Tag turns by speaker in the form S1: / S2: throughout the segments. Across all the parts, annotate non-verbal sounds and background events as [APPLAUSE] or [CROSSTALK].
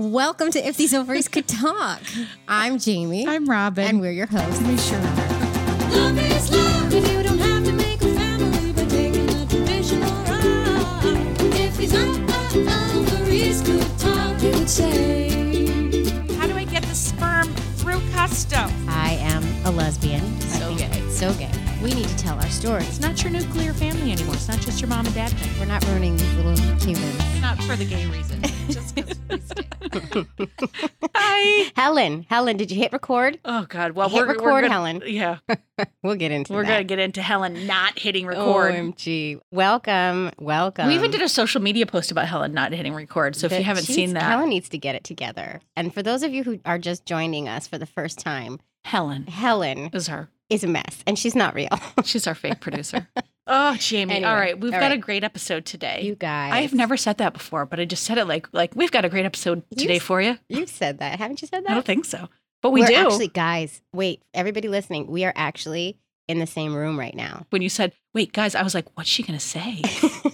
S1: Welcome to If These Ovaries
S2: [LAUGHS]
S1: Could Talk. I'm Jamie.
S3: I'm Robin.
S1: and we're your hosts.
S3: we sure are.
S2: Love is love if you don't have to make a family by taking a traditional ride. If he's up, up, over, he's good talk, he would say.
S4: How do I get the sperm through custom?
S1: I am a lesbian.
S4: So
S1: I think
S4: gay.
S1: it's So gay. We need to tell our stories.
S4: It's not your nuclear family anymore. It's not just your mom and dad thing.
S1: We're not ruining these little
S2: [LAUGHS]
S1: humans.
S4: Not for the gay [LAUGHS] reason. Just because we [LAUGHS] stay. Hi.
S1: Helen, Helen, did you hit record?
S4: Oh God. Well,
S1: Hit
S4: we're
S1: record,
S4: we're gonna,
S1: Helen.
S4: Yeah,
S1: We'll get into
S4: we're gonna
S1: that. Oh,
S4: get into Helen not hitting record.
S1: OMG. Welcome. Welcome.
S4: we even did a social media post about Helen not hitting record. So if
S1: But
S4: you haven't
S1: she's-
S4: seen that, Helen,
S1: Helen needs to get it together. And for those of you who are just joining us for the first time, Helen
S4: is her.
S1: is a mess and she's not
S4: [LAUGHS]
S1: real.
S4: She's our
S1: [LAUGHS]
S4: fake producer. oh, Jamie.
S1: Anyway,
S4: all right, we've
S1: all
S4: got
S1: right.
S4: a great episode today.
S1: [LAUGHS] you guys.
S4: I have never said that before, but I just said it like like we've got a great episode
S1: You
S4: today
S1: s-
S4: for you.
S1: You've said that. Haven't you said
S4: I
S1: that?
S4: don't think so, but we
S1: are
S4: do.
S1: actually, guys, wait, everybody listening, we are actually in the same room right now.
S4: when you said, "Wait, guys," I was like, "What's she gonna
S1: [LAUGHS]
S4: say?"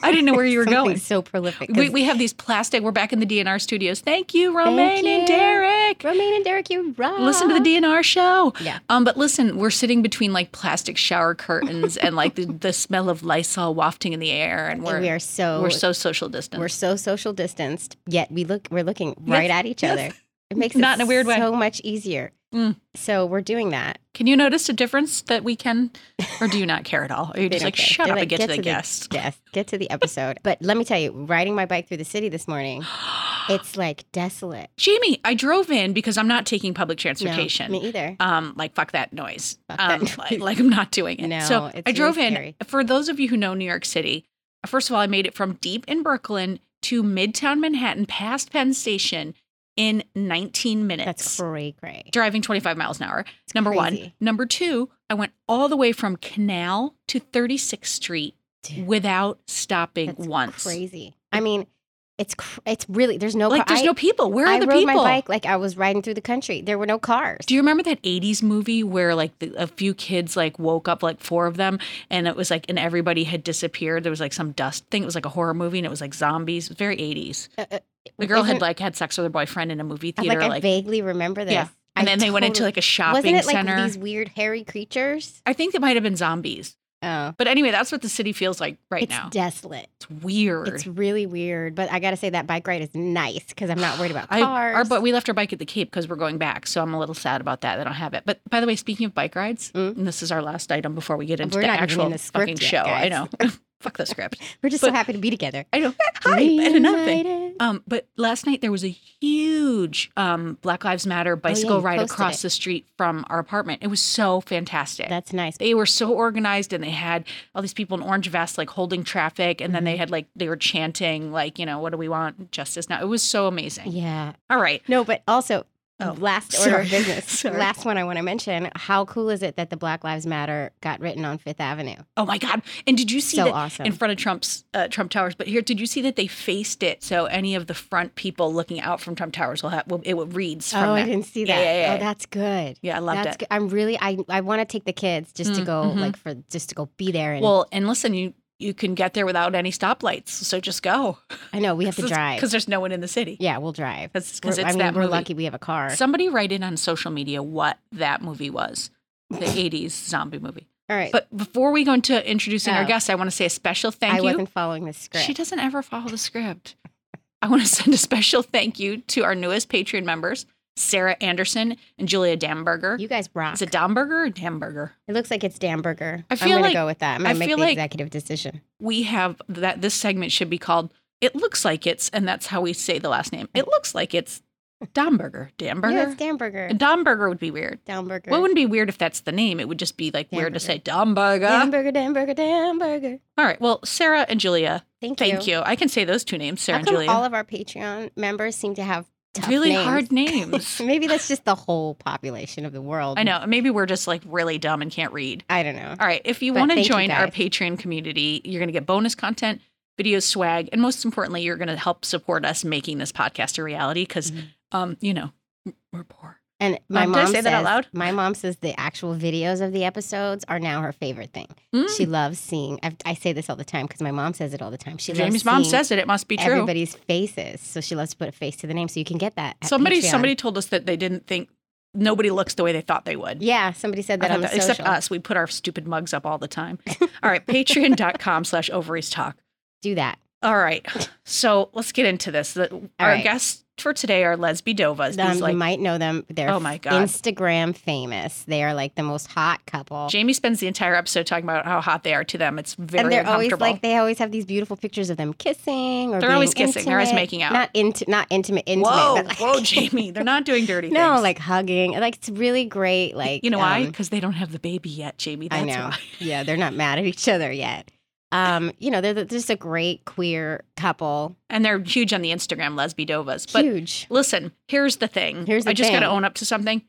S4: I didn't know where you were
S1: Something's
S4: going.
S1: So prolific.
S4: We,
S1: 'cause
S4: we have these plastic. We're back in the DNR studios. Thank you, Romaine
S1: you.
S4: and Derek.
S1: Romaine and Derek, you rock.
S4: Listen to the DNR show.
S1: Yeah.
S4: Um, but listen, we're sitting between like plastic shower curtains and like the, the smell of Lysol wafting in the air, and [LAUGHS] we're
S1: we are so
S4: we're so social distanced.
S1: we're so social distanced. Yet we look we're looking right at each
S4: yes.
S1: other. It makes
S4: Not
S1: it
S4: in a weird way.
S1: so much easier.
S4: Mm.
S1: So we're doing that.
S4: Can you notice a difference that we can, or do you not care at all? Or you are
S1: They
S4: just
S1: don't
S4: like
S1: care.
S4: shut
S1: They're
S4: up
S1: like,
S4: and get, to the, guests?
S1: Yes, get to the episode. but let me tell you, riding my bike through the city this
S4: [GASPS]
S1: morning, it's like desolate.
S4: Jamie, I drove in because I'm not taking public
S1: No,
S4: transportation.
S1: me either.
S4: um, like fuck that noise.
S1: Fuck that
S4: um,
S1: [LAUGHS]
S4: Like, like I'm not doing it.
S1: No,
S4: so
S1: it's
S4: I drove
S1: really
S4: in.
S1: scary.
S4: For those of you who know New York City, first of all, I made it from deep in Brooklyn to Midtown Manhattan, past Penn Station, in 19 minutes.
S1: That's cray cray.
S4: Driving 25 miles an hour.
S1: It's
S4: Number one.
S1: crazy.
S4: Number two, I went all the way from Canal to 36th Street
S1: Dude,
S4: without stopping
S1: that's
S4: once.
S1: Crazy. I mean, it's cr- it's really there's no
S4: Like
S1: car-
S4: there's
S1: I,
S4: no people. Where are
S1: I
S4: the
S1: rode
S4: people?
S1: my bike like I was riding through the country. There were no cars.
S4: Do you remember that 80s movie where like the, a few kids like woke up like four of them and it was like and everybody had disappeared there was like some dust thing it was like a horror movie and it was like zombies it was very 80s
S1: Uh, uh,
S4: the girl
S1: isn't-
S4: had like had sex with her boyfriend in a movie
S1: I'm
S4: theater
S1: like,
S4: like,
S1: I vaguely remember this.
S4: Yeah. and
S1: I
S4: then they went into
S1: totally-
S4: like a shopping
S1: wasn't it like
S4: center
S1: these weird hairy creatures?
S4: I think it might have been zombies
S1: Oh,
S4: but anyway that's what the city feels like right
S1: it's
S4: now
S1: desolate.
S4: it's weird
S1: It's really weird, but I gotta say that bike ride is nice because I'm not worried about
S4: I,
S1: cars.
S4: our, but we left our bike at the Cape because we're going back, so I'm a little sad about that. I don't have it. But by the way, speaking of bike rides,
S1: Mm.
S4: and this is our last item before we get into
S1: We're
S4: the
S1: not even
S4: actual
S1: in the script
S4: fucking
S1: yet,
S4: show. I
S1: guys.
S4: know.
S1: [LAUGHS]
S4: [LAUGHS] Fuck the script.
S1: We're just so
S4: but-
S1: happy to be together.
S4: I know. [LAUGHS] Hi. And another thing.
S1: Reunited.
S4: Um, but last night there was a huge um, Black Lives Matter bicycle
S1: Oh, you
S4: ride
S1: posted
S4: across
S1: it.
S4: the street from our apartment. It was so fantastic.
S1: That's nice.
S4: they were so organized and they had all these people in orange vests like holding traffic and
S1: Mm-hmm.
S4: then they had like they were chanting like you know what do we want justice now it was so amazing
S1: Yeah.
S4: all right
S1: No, but also
S4: Oh,
S1: last order
S4: sorry.
S1: of business.
S4: [LAUGHS] Sorry.
S1: Last one I want to mention. How cool is it that the Black Lives Matter got written on Fifth Avenue?
S4: oh my god and did you see
S1: so
S4: that
S1: awesome.
S4: in front of Trump's uh, Trump Towers. But here, did you see that they faced it so any of the front people looking out from Trump Towers will have will, it will reads
S1: oh,
S4: from
S1: I
S4: there.
S1: didn't see
S4: Yeah,
S1: that.
S4: yeah, yeah.
S1: Oh, that's good.
S4: Yeah, I loved
S1: that's
S4: it.
S1: good. I'm really I I want to take the kids just to
S4: Mm,
S1: go
S4: mhm.
S1: like for just to go be there and
S4: Well, and listen, you you can get there without any stoplights, so just go.
S1: I know
S4: [LAUGHS]
S1: we have to drive.
S4: because there's no one in the city.
S1: Yeah, we'll drive.
S4: Because
S1: We're-
S4: it's
S1: I mean,
S4: that
S1: we're
S4: movie.
S1: lucky we have a car.
S4: Somebody write in on social media what that movie was. The 80s zombie movie.
S1: All right.
S4: But before we go into introducing our
S1: Oh.
S4: guest, I want to say a special
S1: I
S4: thank you.
S1: wasn't following the script.
S4: She doesn't ever follow the script. I want to [LAUGHS] send a special thank you to our newest Patreon members, Sarah Anderson and Julia Damberger.
S1: You guys rock.
S4: Is it Domburger or Damburger?
S1: it looks like it's Damburger.
S4: I feel
S1: am gonna
S4: like-
S1: go with that. I'm
S4: I
S1: gonna make the
S4: feel like-
S1: executive decision.
S4: We have that this segment should be called It Looks Like It's, and that's how we say the last name. It looks like it's Domburger.
S1: Yeah, it's
S4: Damburger.
S1: Damburger.
S4: And Domburger would be weird.
S1: Damburger.
S4: Well, it wouldn't be weird if that's the name. It would just be like weird to
S1: Damburger.
S4: say Domburger.
S1: Damburger, Damburger, Damburger.
S4: All right. Well, Sarah and Julia,
S1: Thank you.
S4: thank you. I can say those two names, Sarah
S1: How
S4: and
S1: come
S4: Julia.
S1: all of our Patreon members seem to have tough
S4: really
S1: names?
S4: hard names.
S1: [LAUGHS] Maybe that's just the whole population of the world.
S4: I know. Maybe we're just like really dumb and can't read.
S1: I don't know.
S4: All right. If you
S1: But
S4: want to
S1: thank you,
S4: join our
S1: guys.
S4: Patreon community, you're going to get bonus content, video swag, and most importantly, you're going to help support us making this podcast a reality because,
S1: Mhm.
S4: um, you know, we're poor.
S1: And my
S5: Um,
S1: mom
S5: did I say
S1: says,
S5: that out loud?
S1: My mom says the actual videos of the episodes are now her favorite thing.
S5: Mm.
S1: She loves seeing. I've, I say this all the time because my mom says it all the time. She
S5: Jamie's
S1: loves
S5: mom
S1: seeing
S5: says it. It must be true.
S1: everybody's faces, so she loves to put a face to the name. So you can get that. at
S5: Somebody,
S1: Patreon.
S5: somebody told us that they didn't think nobody looks the way they thought they would.
S1: Yeah, somebody said
S5: I
S1: that
S5: thought
S1: on the
S5: that-
S1: social.
S5: except us, we put our stupid mugs up all the time. All right, patreon.com slash ovaries talk.
S1: Do that.
S5: All right, so let's get into this. The, our
S1: right.
S5: guests for today are Lesby Dovas.
S1: Um,
S5: These, like,
S1: you might know them. They're
S5: Oh my God.
S1: Instagram famous. They are like the most hot couple.
S5: Jamie spends the entire episode talking about how hot they are to them. It's very
S1: and they're always
S5: uncomfortable.
S1: like they always have these beautiful pictures of them kissing or
S5: They're always
S1: being
S5: kissing. They're always
S1: intimate.
S5: making out.
S1: Not into not intimate intimate.
S5: whoa,
S1: but like-
S5: whoa, Jamie, they're not doing dirty things.
S1: [LAUGHS] No, like hugging. Like it's really great. Like
S5: you know why?
S1: um,
S5: Because they don't have the baby yet, Jamie. That's
S1: I know.
S5: why.
S1: yeah, they're not mad at each other yet. Um, you know, they're, they're just a great queer couple.
S5: And they're huge on the Instagram, Lesby Dovas. But
S1: Huge.
S5: listen, here's the thing.
S1: Here's the
S5: I just got to
S1: thing.
S5: own up to something.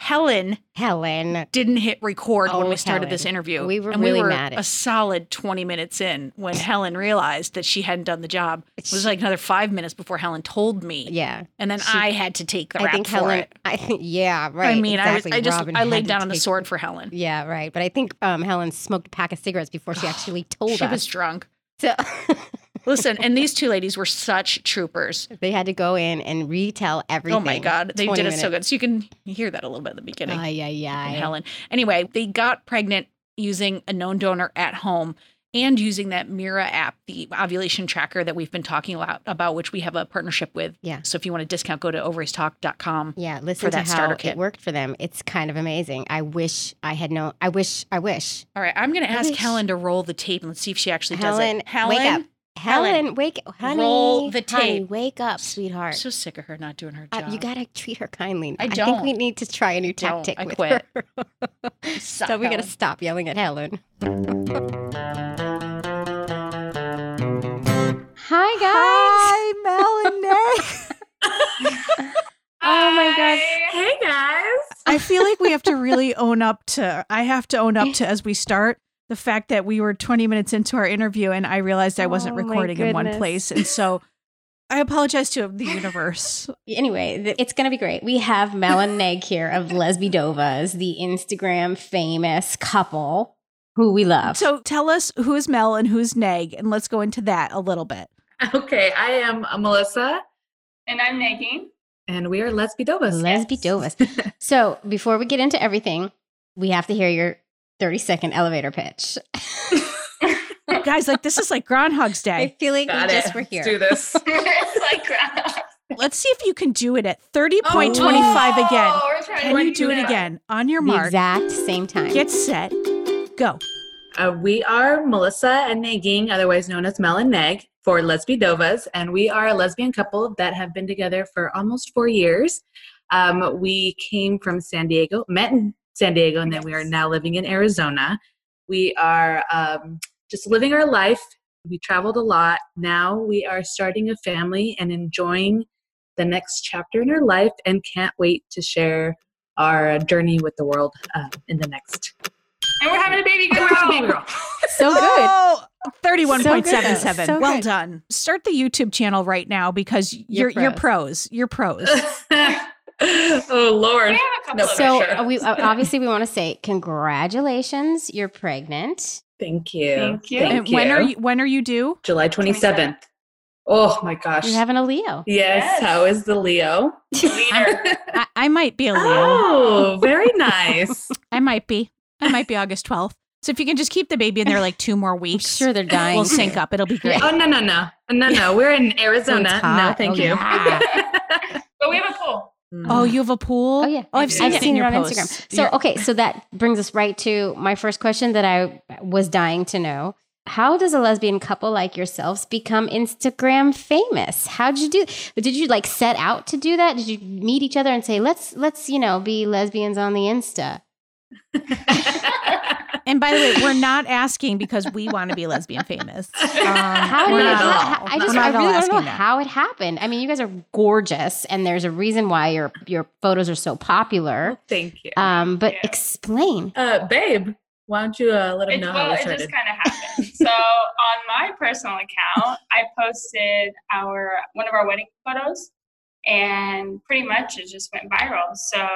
S5: Helen
S1: Helen.
S5: didn't hit record when
S1: Oh,
S5: we started
S1: Helen.
S5: this interview.
S1: We were
S5: and
S1: really
S5: we were
S1: mad at-
S5: a solid 20 minutes in when Helen realized that she hadn't done the job. It was like another five minutes before Helen told me.
S1: Yeah.
S5: And then
S1: She-
S5: I had to take the
S1: I
S5: rap
S1: think
S5: for
S1: Helen
S5: it.
S1: I think yeah, right.
S5: I mean,
S1: exactly.
S5: I, was, I just
S1: Robin
S5: I
S1: had
S5: laid
S1: to
S5: down on the
S1: take-
S5: sword for Helen.
S1: Yeah, right. But I think um, Helen smoked a pack of cigarettes before
S5: [GASPS]
S1: she actually told
S5: She
S1: us.
S5: was drunk.
S1: [LAUGHS] so
S5: Listen, and these two ladies were such troopers.
S1: they had to go in and retell everything.
S5: Oh my god, they
S1: 20
S5: did it so
S1: minutes.
S5: good. So you can hear that a little bit at the beginning.
S1: Ay, ay,
S5: and
S1: ay.
S5: Helen. Anyway, they got pregnant using a known donor at home and using that Mira app, the ovulation tracker that we've been talking about, about which we have a partnership with.
S1: Yeah.
S5: So if you want a discount, go to ovariestalk.com.
S1: Yeah, listen
S5: that
S1: to
S5: starter
S1: how
S5: kit.
S1: it worked for them. It's kind of amazing. I wish I had known. I wish. I wish.
S5: All right, I'm going to ask
S1: wish-
S5: Helen to roll the tape and let's see if she actually
S1: Helen,
S5: does it. Helen,
S1: wake up. Helen, wake, honey.
S5: roll the
S1: honey,
S5: tape.
S1: wake up,
S5: I'm
S1: sweetheart.
S5: so sick of her not doing her
S1: Uh,
S5: job.
S1: you gotta treat her kindly.
S5: I
S1: think we
S5: don't.
S1: need to try a new
S5: Don't.
S1: tactic
S5: I
S1: with
S5: quit.
S1: her.
S5: Suck,
S1: so we gotta
S5: Helen.
S1: stop yelling at Helen. Hi guys.
S4: Hi, Mel and
S1: [LAUGHS]
S4: Nate.
S6: Oh my gosh.
S7: Hey guys.
S4: I feel like we have to really own up to, I have to own up to as we start the fact that we were 20 minutes into our interview and I realized I wasn't
S6: Oh my
S4: recording in one
S6: goodness.
S4: place. And so I apologize to the
S6: [LAUGHS]
S4: universe.
S1: Anyway, th- it's gonna be great. We have Mel and Neg here of Lesbidovas, the Instagram famous couple who we love.
S4: So tell us who's Mel and who's Nag, and let's go into that a little bit.
S7: Okay, I am uh, Melissa,
S6: And I'm nagging.
S7: and we are Lesbi Dovas.
S1: Lesbi Dovas. So before we get into everything, we have to hear your 30 second elevator pitch.
S4: Guys, like this is like Groundhog's
S1: I
S6: [LAUGHS]
S4: Day.
S1: feel like
S7: Got
S1: we
S7: it.
S1: just were here.
S7: Let's do this.
S6: it's like
S4: Let's see if you can do it at
S7: Oh,
S4: 30.25 again.
S6: Oh, we're trying
S4: Can
S6: to
S4: you do it again? On your
S1: The
S4: mark,
S1: exact same time.
S4: get set, go.
S7: Uh, we are Melissa and Nagin, otherwise known as Mel and Neg, for Lesbi Dovas, and we are a lesbian couple that have been together for almost four years. Um, we came from San Diego, met in San Diego, and then we are now living in Arizona. We are um, just living our life. We traveled a lot. Now we are starting a family and enjoying the next chapter in our life, and can't wait to share our journey with the world uh, in the next.
S6: And we're having a baby girl.
S7: Baby girl.
S1: So good.
S4: Oh, 31.77.
S1: So good. So
S4: well
S1: good.
S4: done. Start the YouTube channel right now because you're you're pros.
S1: [LAUGHS]
S4: You're pros.
S7: [LAUGHS] oh Lord.
S6: We have a couple [LAUGHS]
S7: No
S6: of
S1: So
S6: us.
S1: uh, we uh, obviously we want to say congratulations, you're pregnant.
S7: Thank you.
S6: Thank you.
S4: and when are you when are you due?
S7: July 27th. Oh my gosh.
S1: You're having a Leo.
S7: yes,
S6: Yes.
S7: how is the Leo?
S6: [LAUGHS] Leader.
S4: I, I might be
S1: [GASPS]
S4: a Leo.
S7: [LAUGHS] Oh, very
S4: [LAUGHS]
S7: nice.
S4: I might be. I might be August 12th. So if you can just keep the baby in there like two more
S1: I'm
S4: weeks,
S1: sure they're dying.
S4: [LAUGHS] we'll sync up. It'll be great.
S7: oh no no no. No no.
S4: [LAUGHS]
S7: We're in Arizona.
S1: It's hot.
S7: No, thank
S1: Oh,
S7: you.
S1: yeah.
S6: but we have a pool.
S7: [LAUGHS]
S4: Oh, you have a pool?
S1: Oh yeah.
S4: Oh, I've seen it in your
S1: on
S4: posts.
S1: Instagram. So
S4: You're-
S1: okay, so that brings us right to my first question that I was dying to know. How does a lesbian couple like yourselves become Instagram famous? How'd you do? Did you like set out to do that? Did you meet each other and say, "Let's let's you know be lesbians on the Insta"? oh.
S4: and by the way, we're not asking because we want to be lesbian famous. Um,
S1: [LAUGHS] How
S4: we're
S1: did it?
S4: not at
S1: how-
S4: all.
S1: I
S4: We're
S1: just
S4: not
S1: I
S4: at all
S1: really don't know
S4: asking that.
S1: how it happened. I mean, you guys are gorgeous, and there's a reason why your your photos are so popular.
S7: thank you.
S4: Uh,
S1: Um, but
S6: Yeah.
S1: explain.
S7: Uh, babe, why don't you uh, let him
S6: It's,
S7: know
S6: well,
S7: how
S6: it
S7: this
S6: just kind
S7: started?
S6: of happened. so on my personal account, I posted our one of our wedding photos, and pretty much it just went viral. So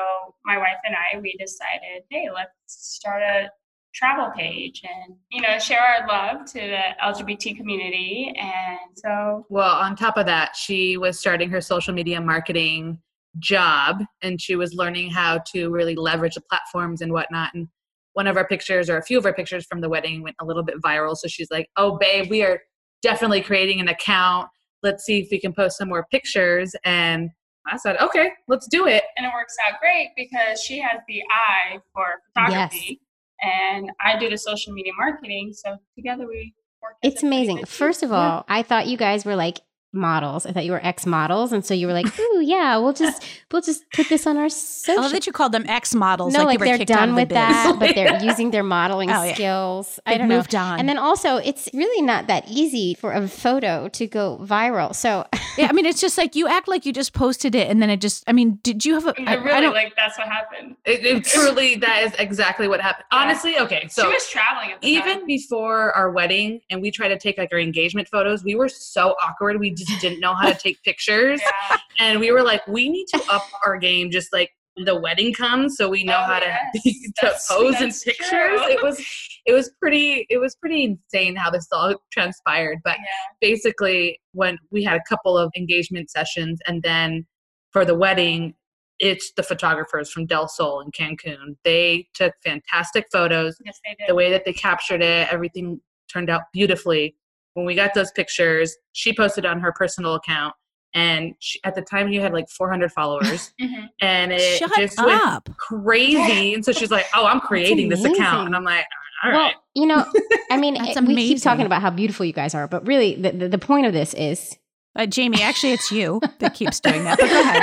S6: my wife and I, we decided, hey, let's start a travel page and you know share our love to the LGBT community. And so
S7: Well, on top of that, she was starting her social media marketing job and she was learning how to really leverage the platforms and whatnot. And one of our pictures, or a few of our pictures from the wedding, went a little bit viral. So she's like, oh, babe, we are definitely creating an account. Let's see if we can post some more pictures. And I said, okay, let's do it.
S6: and it works out great because she has the eye for photography, and I do the social media marketing. So together we work. as
S1: It's
S6: a pretty
S1: amazing.
S6: good
S1: First
S6: team.
S1: of all, I thought you guys were like models. I thought you were ex models, and so you were
S4: [LAUGHS]
S1: like, "Ooh, yeah, we'll just we'll just put this on our
S4: I
S1: social."
S4: love that you called them ex models.
S1: no, like,
S4: they were
S1: they're
S4: kicked out
S1: done
S4: of the
S1: with
S4: biz.
S1: that, but
S4: [LAUGHS]
S1: they're [LAUGHS] using their modeling
S4: Oh, yeah.
S1: skills. I
S4: They've
S1: don't know.
S4: moved on.
S1: And then also, it's really not that easy for a photo to go viral. So
S4: yeah, I mean, it's just like you act like you just posted it, and then it just. I mean, did you have a?
S6: And
S4: I,
S6: I
S4: I
S6: really
S4: don't.
S6: like that's what happened.
S7: It,
S6: [LAUGHS]
S7: it truly, that is exactly what happened.
S6: Yeah.
S7: Honestly, okay, so.
S6: she was traveling at the time.
S7: even before our wedding and we tried to take like our engagement photos we were so awkward we
S6: [LAUGHS]
S7: just didn't know how to take pictures
S6: Yeah.
S7: and we were like we need to up our game just like when the wedding comes so we know
S6: Oh,
S7: how to, [LAUGHS]
S6: yes.
S7: to
S6: That's-
S7: pose in
S6: that's true.
S7: pictures it was it was pretty it was pretty insane how this all transpired but
S6: Yeah.
S7: basically when we had a couple of engagement sessions and then for the wedding it's the photographers from del sol in cancun they took fantastic photos
S6: Yes, they did.
S7: the way that they captured it, everything turned out beautifully. When we got those pictures, she posted on her personal account, and she, at the time you had like 400
S4: [LAUGHS]
S7: followers,
S6: Mhm.
S7: and it
S4: Shut
S7: just went
S4: up. [LAUGHS]
S7: crazy. And so she's like, "Oh, I'm creating this account,"
S1: amazing.
S7: and I'm like, "All
S1: well,
S7: right."
S1: you know, I mean,
S4: [LAUGHS] That's
S1: it- we keep
S4: amazing.
S1: talking about how beautiful you guys are, but really, the, the, the point of this is
S4: Uh, Jamie, actually, it's you that keeps doing that. But go ahead.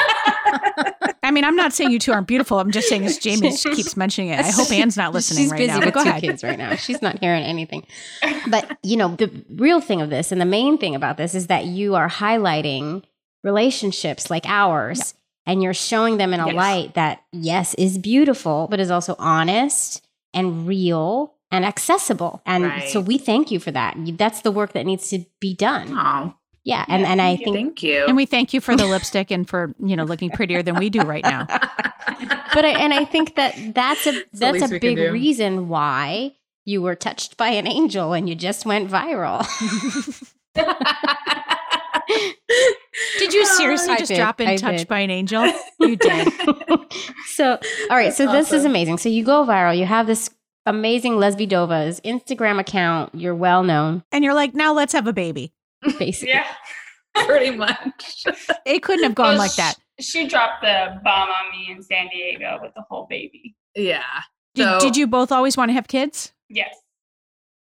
S1: [LAUGHS]
S4: I mean, I'm not saying you two aren't beautiful. I'm just saying it's Jamie that keeps mentioning it. I hope Anne's not listening
S1: she's
S4: right
S1: busy
S4: now.
S1: with
S4: But go
S1: two
S4: ahead.
S1: kids right now. She's not hearing anything. But you know, the real thing of this and the main thing about this is that you are highlighting relationships like ours, and you're showing them in a
S7: Yes.
S1: light that yes is beautiful, but is also honest and real and accessible. And
S7: Right.
S1: so we thank you for that. You- That's the work that needs to be done.
S7: Aw,
S1: Yeah, and and I
S6: thank you.
S1: think
S7: thank you.
S4: And we thank you for the lipstick and for you know looking prettier than we do right
S1: [LAUGHS]
S4: now.
S1: but I, and I think that that's a
S7: the
S1: that's
S7: least
S1: a
S7: we can
S1: big
S7: do.
S1: reason why you were touched by an angel and you just went viral. [LAUGHS]
S4: Did you seriously
S1: Oh, I
S4: just
S1: did.
S4: drop in
S1: I
S4: touch
S1: did.
S4: by an angel?
S1: [LAUGHS]
S4: You did.
S1: so, all right, so this is
S7: Awesome.
S1: amazing. So you go viral. You have this amazing Lesby Dova's Instagram account. You're well
S7: [LAUGHS]
S1: known,
S4: And you're like, now let's have a baby.
S1: basically.
S6: yeah.
S7: [LAUGHS] pretty much.
S4: It couldn't have gone
S6: Well,
S1: Oh,
S4: like that.
S6: She dropped the bomb on me in San Diego with the whole baby.
S7: Yeah.
S4: Did,
S7: So-
S4: did you both always want to have kids?
S6: Yes.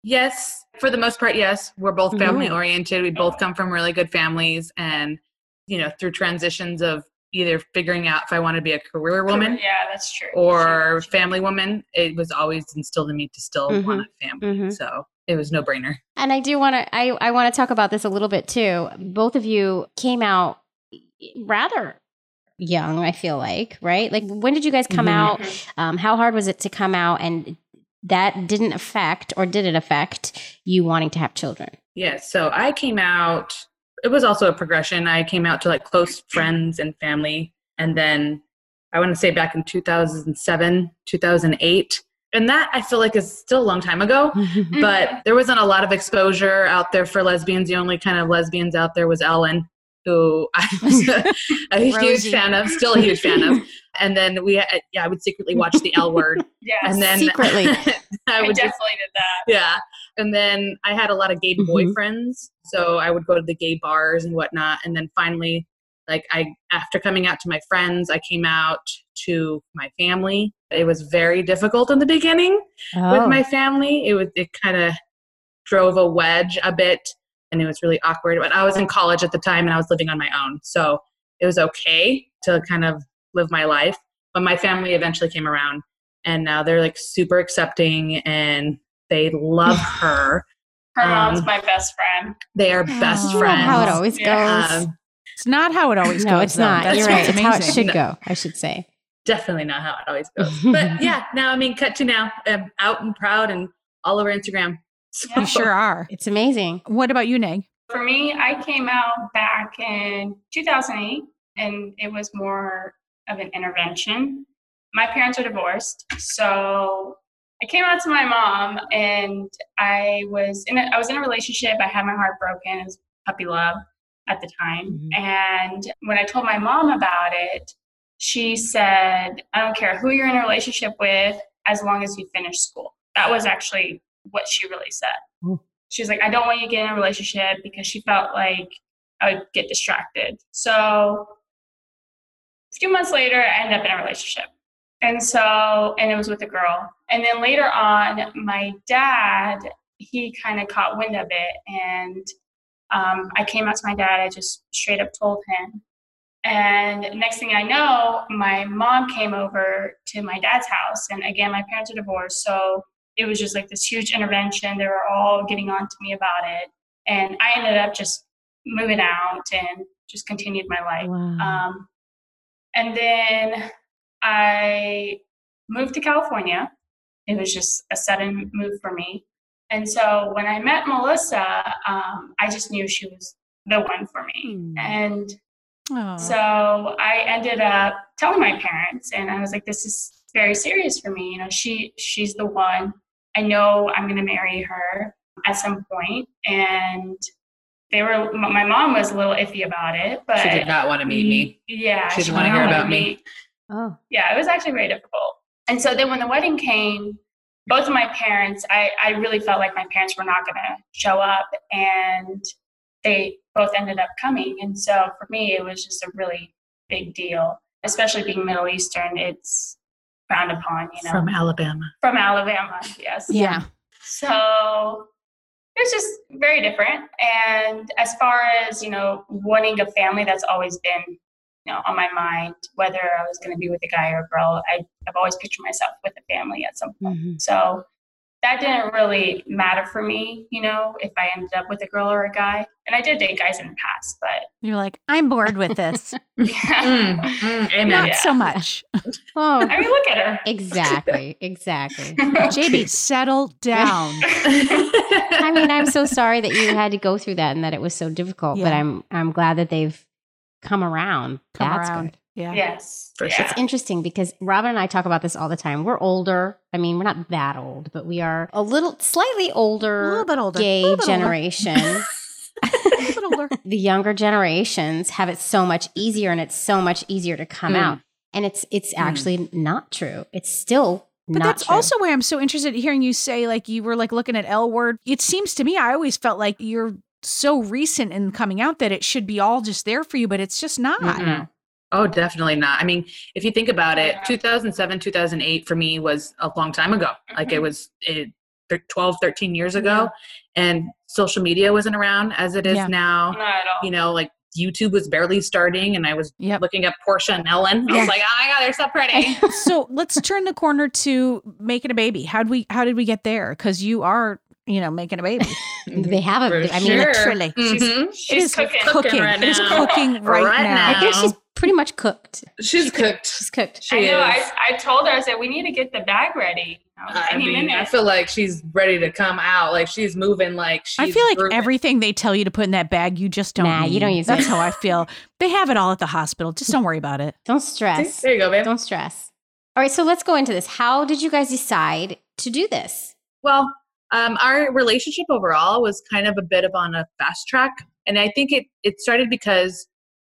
S7: Yes, for the most part, yes. We're both
S4: Mm-hmm.
S1: Mhm.
S7: family oriented. We both come from really good families, and you know, through transitions of either figuring out if I want to be a career woman
S6: Yeah, that's true.
S7: or
S6: She- she-
S7: family woman, it was always instilled in me to still
S1: Mhm.
S7: want a family.
S1: Mhm.
S7: So it was no brainer.
S1: And I do want to I I want to talk about this a little bit too. Both of you came out rather young, I feel like, right? Like when did you guys come
S7: Mhm.
S1: out?
S6: Mhm.
S1: um, how hard was it to come out and that didn't affect or did it affect you wanting to have children
S7: Yeah, so I came out, it was also a progression. I came out to like close friends and family. And then I want to say back in 2007, 2008. And that I feel like is still a long time ago.
S6: Mm-hmm.
S7: but there wasn't a lot of exposure out there for lesbians. The only kind of lesbians out there was Ellen, who I [LAUGHS] was a, a huge
S4: Rosie.
S7: fan of, still a huge fan of. And then we, had, yeah, I would secretly watch the L Word,
S6: Yes.
S7: and then
S1: Secretly.
S7: [LAUGHS] I
S6: I
S7: would
S6: definitely
S7: just
S6: did that.
S7: yeah. And then I had a lot of gay
S1: Mhm.
S7: boyfriends, so I would go to the gay bars and whatnot. And then finally, like I after coming out to my friends, I came out to my family. It was very difficult in the beginning
S1: Oh.
S7: with my family. It was it kind of drove a wedge a bit, and it was really awkward. But I was in college at the time, and I was living on my own, so it was okay to kind of live my life. But my family eventually came around, and now they're like super accepting, and they love her.
S6: Her
S7: Um,
S6: mom's my best friend.
S7: They are best
S4: Aw.
S1: Isn't that
S7: friends.
S1: how it always
S6: Yeah.
S1: goes
S7: Um,
S4: It's not how it always
S1: no
S4: goes.
S1: it's
S4: though.
S1: not
S4: That's
S1: you're right
S4: what's
S1: it's how it
S4: amazing.
S1: should
S7: No.
S1: go i should say
S7: definitely not how it always goes. But yeah, now I mean, cut to now. I'm out and proud and all over Instagram. [LAUGHS] So-
S1: Oh.
S6: Yeah.
S4: You sure are.
S1: it's amazing
S4: What about you, Neg?
S6: For me, I came out back in 2008. and it was more of an intervention. My parents are divorced, so I came out to my mom, and I was in a, I was in a relationship. I had my heart broken. It was puppy love at the time,
S7: Mhm.
S6: and when I told my mom about it, she said, "I don't care who you're in a relationship with, as long as you finish school." That was actually what she really said.
S7: Mm.
S6: She was like, "I don't want you to get in a relationship because she felt like I would get distracted." So a few months later, I ended up in a relationship. And so, and it was with a girl. And then later on, my dad, he kind of caught wind of it. And um, I came out to my dad, I just straight up told him. And next thing I know, my mom came over to my dad's house. And again, my parents are divorced. So it was just like this huge intervention. They were all getting on to me about it. And I ended up just moving out and just continued my life.
S1: Wow.
S6: Um, and then I moved to California. It was just a sudden move for me. And so when I met Melissa, um, I just knew she was the one for me.
S1: Hmm.
S6: And
S7: Uh-huh.
S4: Oh.
S6: so I ended up telling my parents, and I was like, "This is very serious for me. You know, she she's the one. I know I'm going to marry her at some point." And they were. m- My mom was a little iffy about it, but
S7: She did not want to meet me.
S6: yeah,
S7: She didn't wanna hear
S6: wanted
S7: about me.
S1: oh.
S6: yeah, it was actually very difficult. And so then when the wedding came, both of my parents, I, I really felt like my parents were not going to show up, and they both ended up coming. And so for me, it was just a really big deal, especially being Middle Eastern. It's frowned upon, you know,
S7: From
S6: from,
S7: Alabama.
S6: Alabama, yes.
S4: yeah.
S6: So it was just very different. And as far as, you know, wanting a family, that's always been, you know, on my mind, whether I was going to be with a guy or a girl. I, I've always pictured myself with a family at some point.
S1: Mhm.
S6: So that didn't really matter for me, you know, if I ended up with a girl or a guy. And I did date guys in the past, but [LAUGHS]
S4: You're like, I'm bored
S1: [LAUGHS]
S4: with this. [LAUGHS]
S7: Mm, mm, amen.
S4: Not
S6: Yeah.
S4: so much.
S1: Oh.
S6: I mean, look at her.
S1: Exactly. Exactly.
S4: JB, settle down.
S1: I
S7: [LAUGHS]
S1: mean, I'm so sorry that you had to go through that and that it was so difficult, but
S4: Yeah.
S1: I'm I'm glad that they've come around.
S4: Come
S1: [LAUGHS] That's
S4: around.
S1: good.
S4: Yeah.
S6: [LAUGHS] yes.
S7: For
S6: yeah.
S7: sure.
S1: It's interesting because Robin and I talk about this all the time. We're older. I mean, we're not that old, but we are a little slightly
S4: A
S1: older,
S4: little bit older.
S1: gay
S4: a little bit older, [LAUGHS]
S1: generation.
S4: a little
S1: [LAUGHS]
S4: bit older.
S1: the younger generations have it so much easier and it's so much easier to come
S4: Hmm.
S7: Mm.
S1: out. And it's it's actually not true. It's still
S4: But
S1: not
S4: that's
S1: true.
S4: also why I'm so interested in hearing you say, like, you were like looking at L word. It seems to me, I always felt like you're so recent in coming out that it should be all just there for you, but it's just not.
S7: Mm-mm. Oh, definitely not. I mean, if you think about it,
S6: Yeah.
S7: 2007, 2008 for me was a long time ago. Like
S4: Mm-hmm.
S7: it was it, thir- 12, 13 years ago. And social media wasn't around as it is
S4: Yeah.
S6: Not
S7: now.
S6: at all.
S7: You know, like YouTube was barely starting and I was
S1: [LAUGHS]
S4: Yep.
S7: looking up Portia and Ellen. I
S4: Yeah.
S7: was like, oh my God, they're so pretty. [LAUGHS]
S4: so let's turn the corner to making a baby. How did we how did we get there? Because you are, you know, making a baby.
S7: Mm-hmm.
S1: they have a
S7: For
S1: I mean
S7: sure.
S4: Literally.
S6: She's,
S7: Mhm.
S6: Mm-hmm. she's cooking.
S7: right
S4: it is
S7: now. [LAUGHS]
S4: cooking right,
S7: Right
S4: now.
S1: I think
S7: now.
S1: she's pretty much cooked.
S4: [LAUGHS]
S7: She's cooked.
S1: She's cooked.
S7: She
S6: I know.
S7: is.
S6: I, I told her, I said, we need to get the bag ready. You know,
S7: I
S6: any
S7: mean, I
S6: minute.
S7: feel like she's ready to come out. Like she's moving. Like she's
S4: I feel like
S7: grooving.
S4: everything they tell you to put in that bag, you just don't.
S1: Nah, you don't
S4: need.
S1: use
S4: That's
S1: it.
S4: how I feel. They have it all at the hospital. Just don't worry about it.
S1: [LAUGHS] Don't
S7: See?
S1: stress.
S7: There you go, babe.
S1: Don't stress. All right, so let's go into this. How did you guys decide to do this?
S7: Well, um, our relationship overall was kind of a bit of on a fast track, and I think it it started because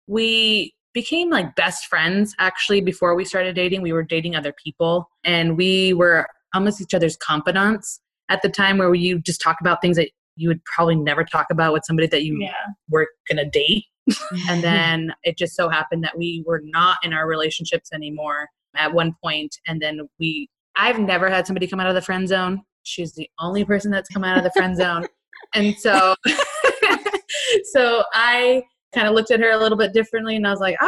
S7: we became like best friends. Actually, before we started dating, we were dating other people, and we were almost each other's confidants at the time, where you just talk about things that you would probably never talk about with somebody that you
S6: Yeah.
S7: were gonna date.
S1: [LAUGHS]
S7: and then it just so happened that we were not in our relationships anymore at one point and then we i've never had somebody come out of the friend zone she's the only person that's come out of the friend zone and so [LAUGHS] so i kind of looked at her a little bit differently and i was like okay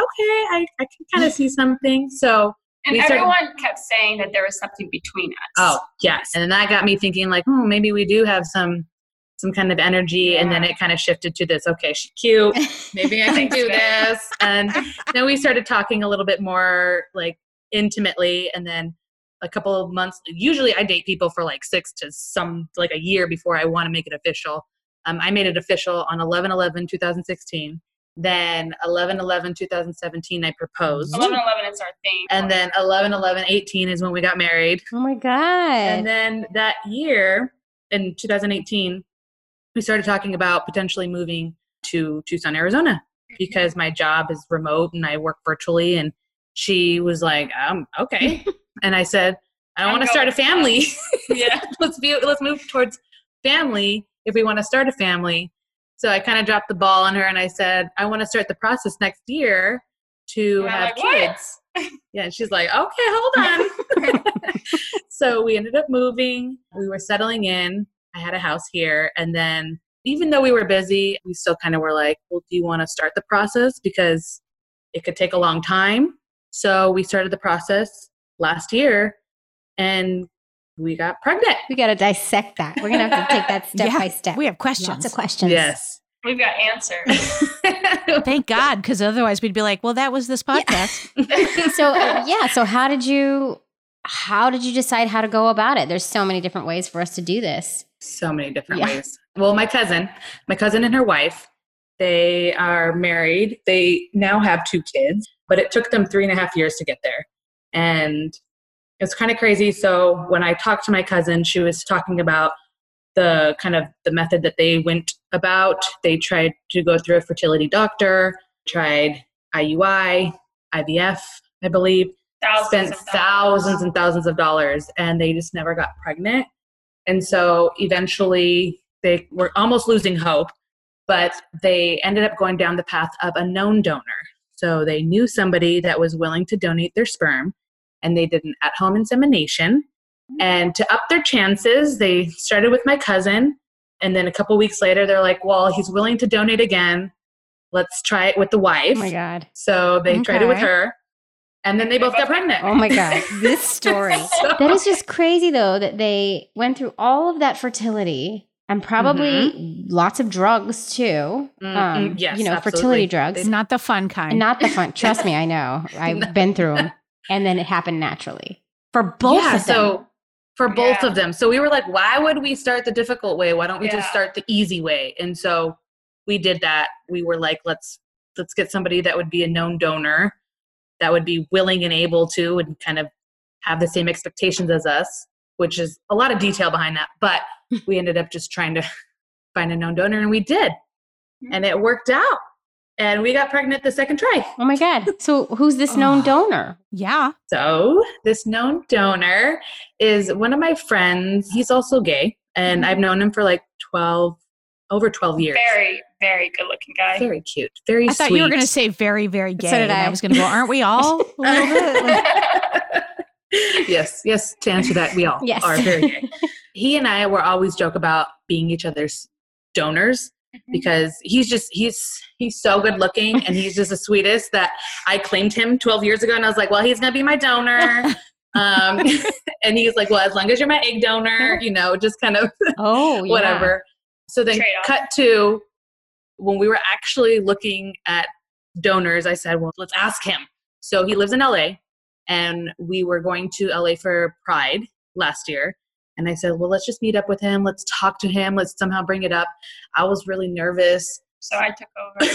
S7: i, I can kind of see something so
S6: And
S7: We started-
S6: everyone kept saying that there was something between us.
S7: oh yes and then that got me thinking like hmm maybe we do have some some kind of energy and then it kind of shifted to this okay she's cute maybe I can do this. And then we started talking a little bit more like intimately. And then a couple of months, usually I date people for like six to some, like a year before I want to make it official. Um, I made it official on 11 11, 2016. Then 11 11 2017, I proposed.
S6: 11 11 is our theme.
S7: And then 11 11 18 is when we got married.
S1: Oh my God.
S7: And then that year in 2018, we started talking about potentially moving to Tucson, Arizona
S6: Mm-hmm.
S7: because my job is remote and I work virtually. And she was like, um,
S6: [LAUGHS]
S7: okay. and I said, I
S6: I'm
S7: want to start a
S6: going.
S7: family. [LAUGHS]
S6: yeah.
S7: let's be let's move towards family if we want to start a family. So I kind of dropped the ball on her and I said, I want to start the process next year to
S6: And I'm
S7: have
S6: like, "What?" [LAUGHS]
S7: kids. Yeah, and she's like, okay, hold on. so we ended up moving. We were settling in. I had a house here. And then, even though we were busy, we still kind of were like, well, do you want to start the process? Because it could take a long time. So we started the process last year and we got pregnant.
S1: we got to dissect that. We're going to have to take [LAUGHS] that step
S4: Yeah,
S1: by step.
S4: We have
S1: Lots
S4: questions.
S1: of questions.
S7: Yes.
S6: We've got answers.
S4: Thank God, because otherwise we'd be like, well, that was
S1: [LAUGHS]
S4: this podcast.
S7: [LAUGHS]
S1: So uh, yeah. So how did you? How did you decide how to go about it? There's so many different ways for us to do this.
S7: so many different
S1: Yeah.
S7: ways. Well, my cousin, my cousin and her wife, they are married. They now have two kids, but it took them three and a half years to get there. And it's kind of crazy. So when I talked to my cousin, she was talking about the kind of the method that they went about. They tried to go through a fertility doctor, tried IUI, IVF, I believe
S6: Thousands
S7: [LAUGHS] spent thousands and thousands of dollars and they just never got pregnant. And so eventually they were almost losing hope, but they ended up going down the path of a known donor. So they knew somebody that was willing to donate their sperm and they did an at home insemination. And to up their chances, they started with my cousin. And then a couple weeks later, they're like, well, he's willing to donate again. Let's try it with the wife.
S1: Oh my god.
S7: So they tried it with
S4: Okay.
S7: her. And then they both got pregnant.
S1: Oh my god. This story.
S7: [LAUGHS] So-
S1: [LAUGHS] That is just crazy though that they went through all of that fertility and probably lots of drugs too.
S7: Mm,
S1: Um,
S7: mm, yes,
S1: you know,
S7: absolutely.
S1: fertility drugs.
S7: They-
S4: Not the fun kind.
S1: And not the fun. Trust me, I know. I've
S7: No.
S1: been through them. And then it happened naturally for both
S7: yeah,
S1: of them.
S7: so for both
S6: Yeah.
S7: of them. So we were like, why would we start the difficult way? Why don't we
S6: Yeah.
S7: just start the easy way? And so we did that. We were like, let's let's get somebody that would be a known donor, that would be willing and able to and kind of have the same expectations as us, which is a lot of detail behind that. But
S1: [LAUGHS]
S7: we ended up just trying to find a known donor and we did. And it worked out. And we got pregnant the second try.
S1: oh my god. So who's this known
S4: Oh.
S1: donor?
S4: yeah.
S7: So, this known donor is one of my friends. He's also gay,
S4: Mm-hmm.
S7: and I've known him for like 12, over 12 years.
S6: Very, very good looking guy.
S7: Very cute. Very
S4: I
S7: sweet.
S4: thought you were going to say very, very gay.
S1: did
S4: and I.
S1: I.
S4: was going to go, aren't we all?
S1: [LAUGHS]
S4: A little bit? Like,
S7: [LAUGHS] yes, yes, to answer that, we all
S1: Yes.
S7: are very gay. He and I were always joke about being each other's donors because he's just he's he's so good looking and he's just the sweetest that I claimed him 12 years ago and I was like, well, he's gonna be my donor. Um, [LAUGHS] and he's like, well, as long as you're my egg donor, you know, just kind of
S1: Oh, yeah.
S7: [LAUGHS] whatever. So then
S6: Trade-off.
S7: cut to when we were actually looking at donors, I said, well, let's ask him. So he lives in LA and we were going to LA for Pride last year. And I said, well, let's just meet up with him. Let's talk to him. Let's somehow bring it up. I was really nervous,
S6: So I took
S7: [LAUGHS]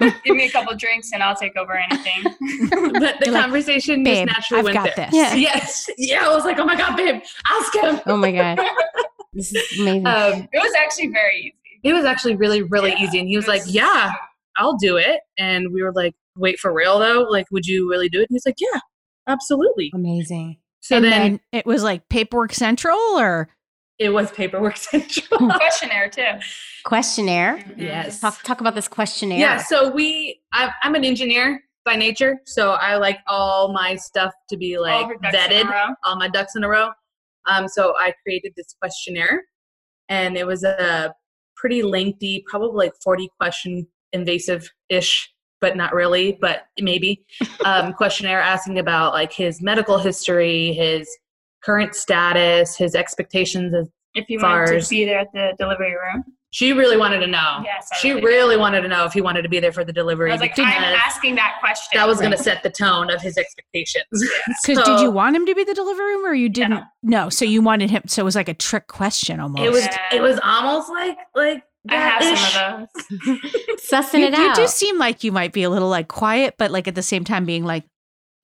S6: over. Give me a couple drinks and I'll take over anything.
S7: but the
S4: You're like,
S7: conversation
S4: Babe,
S7: just naturally
S4: I've got
S7: went there.
S4: this.
S1: Yeah.
S7: [LAUGHS] Yes. Yeah. I was like, oh my God, babe, ask him.
S1: Oh my god. This is amazing.
S7: Um,
S6: It was actually very easy.
S7: it was actually really really
S6: Yeah,
S7: easy and he was
S6: it
S7: like
S6: was-
S7: yeah i'll do it and we were like wait for real though like would you really do it and he's like yeah absolutely
S1: amazing.
S7: so
S4: and
S7: then,
S4: then it was like paperwork central or
S7: it was paperwork [LAUGHS] central
S6: Questionnaire too.
S1: Questionnaire.
S7: yes
S1: Talk talk about this questionnaire.
S7: yeah so we I, i'm an engineer by nature so i like all my stuff to be
S6: All
S7: like
S6: her ducks in a
S7: vetted
S6: row.
S7: all my ducks in a row. Um, so I created this questionnaire, and it was a pretty lengthy, probably like 40 question invasive ish, but not really, but maybe
S6: [LAUGHS]
S7: um, questionnaire asking about like his medical history, his current status, his expectations. Of,
S6: If you wanted
S7: Fars.
S6: to be there at the delivery room.
S7: she really wanted to know.
S6: Yes, I
S7: she
S6: really
S7: really wanted to know if he wanted to be there for the delivery.
S6: I was like,
S7: because
S6: I'm asking that question.
S7: that was going to set the tone of his expectations.
S4: because
S7: So-
S4: did you want him to be the delivery room or you didn't? No. So you wanted him. So it was like a trick question almost.
S7: It was
S6: Yeah.
S7: it was almost like like
S6: I have
S7: That-ish.
S6: some of those.
S1: Sussing
S4: You,
S1: it
S4: you
S1: out.
S4: do seem like you might be a little like quiet, but like at the same time being like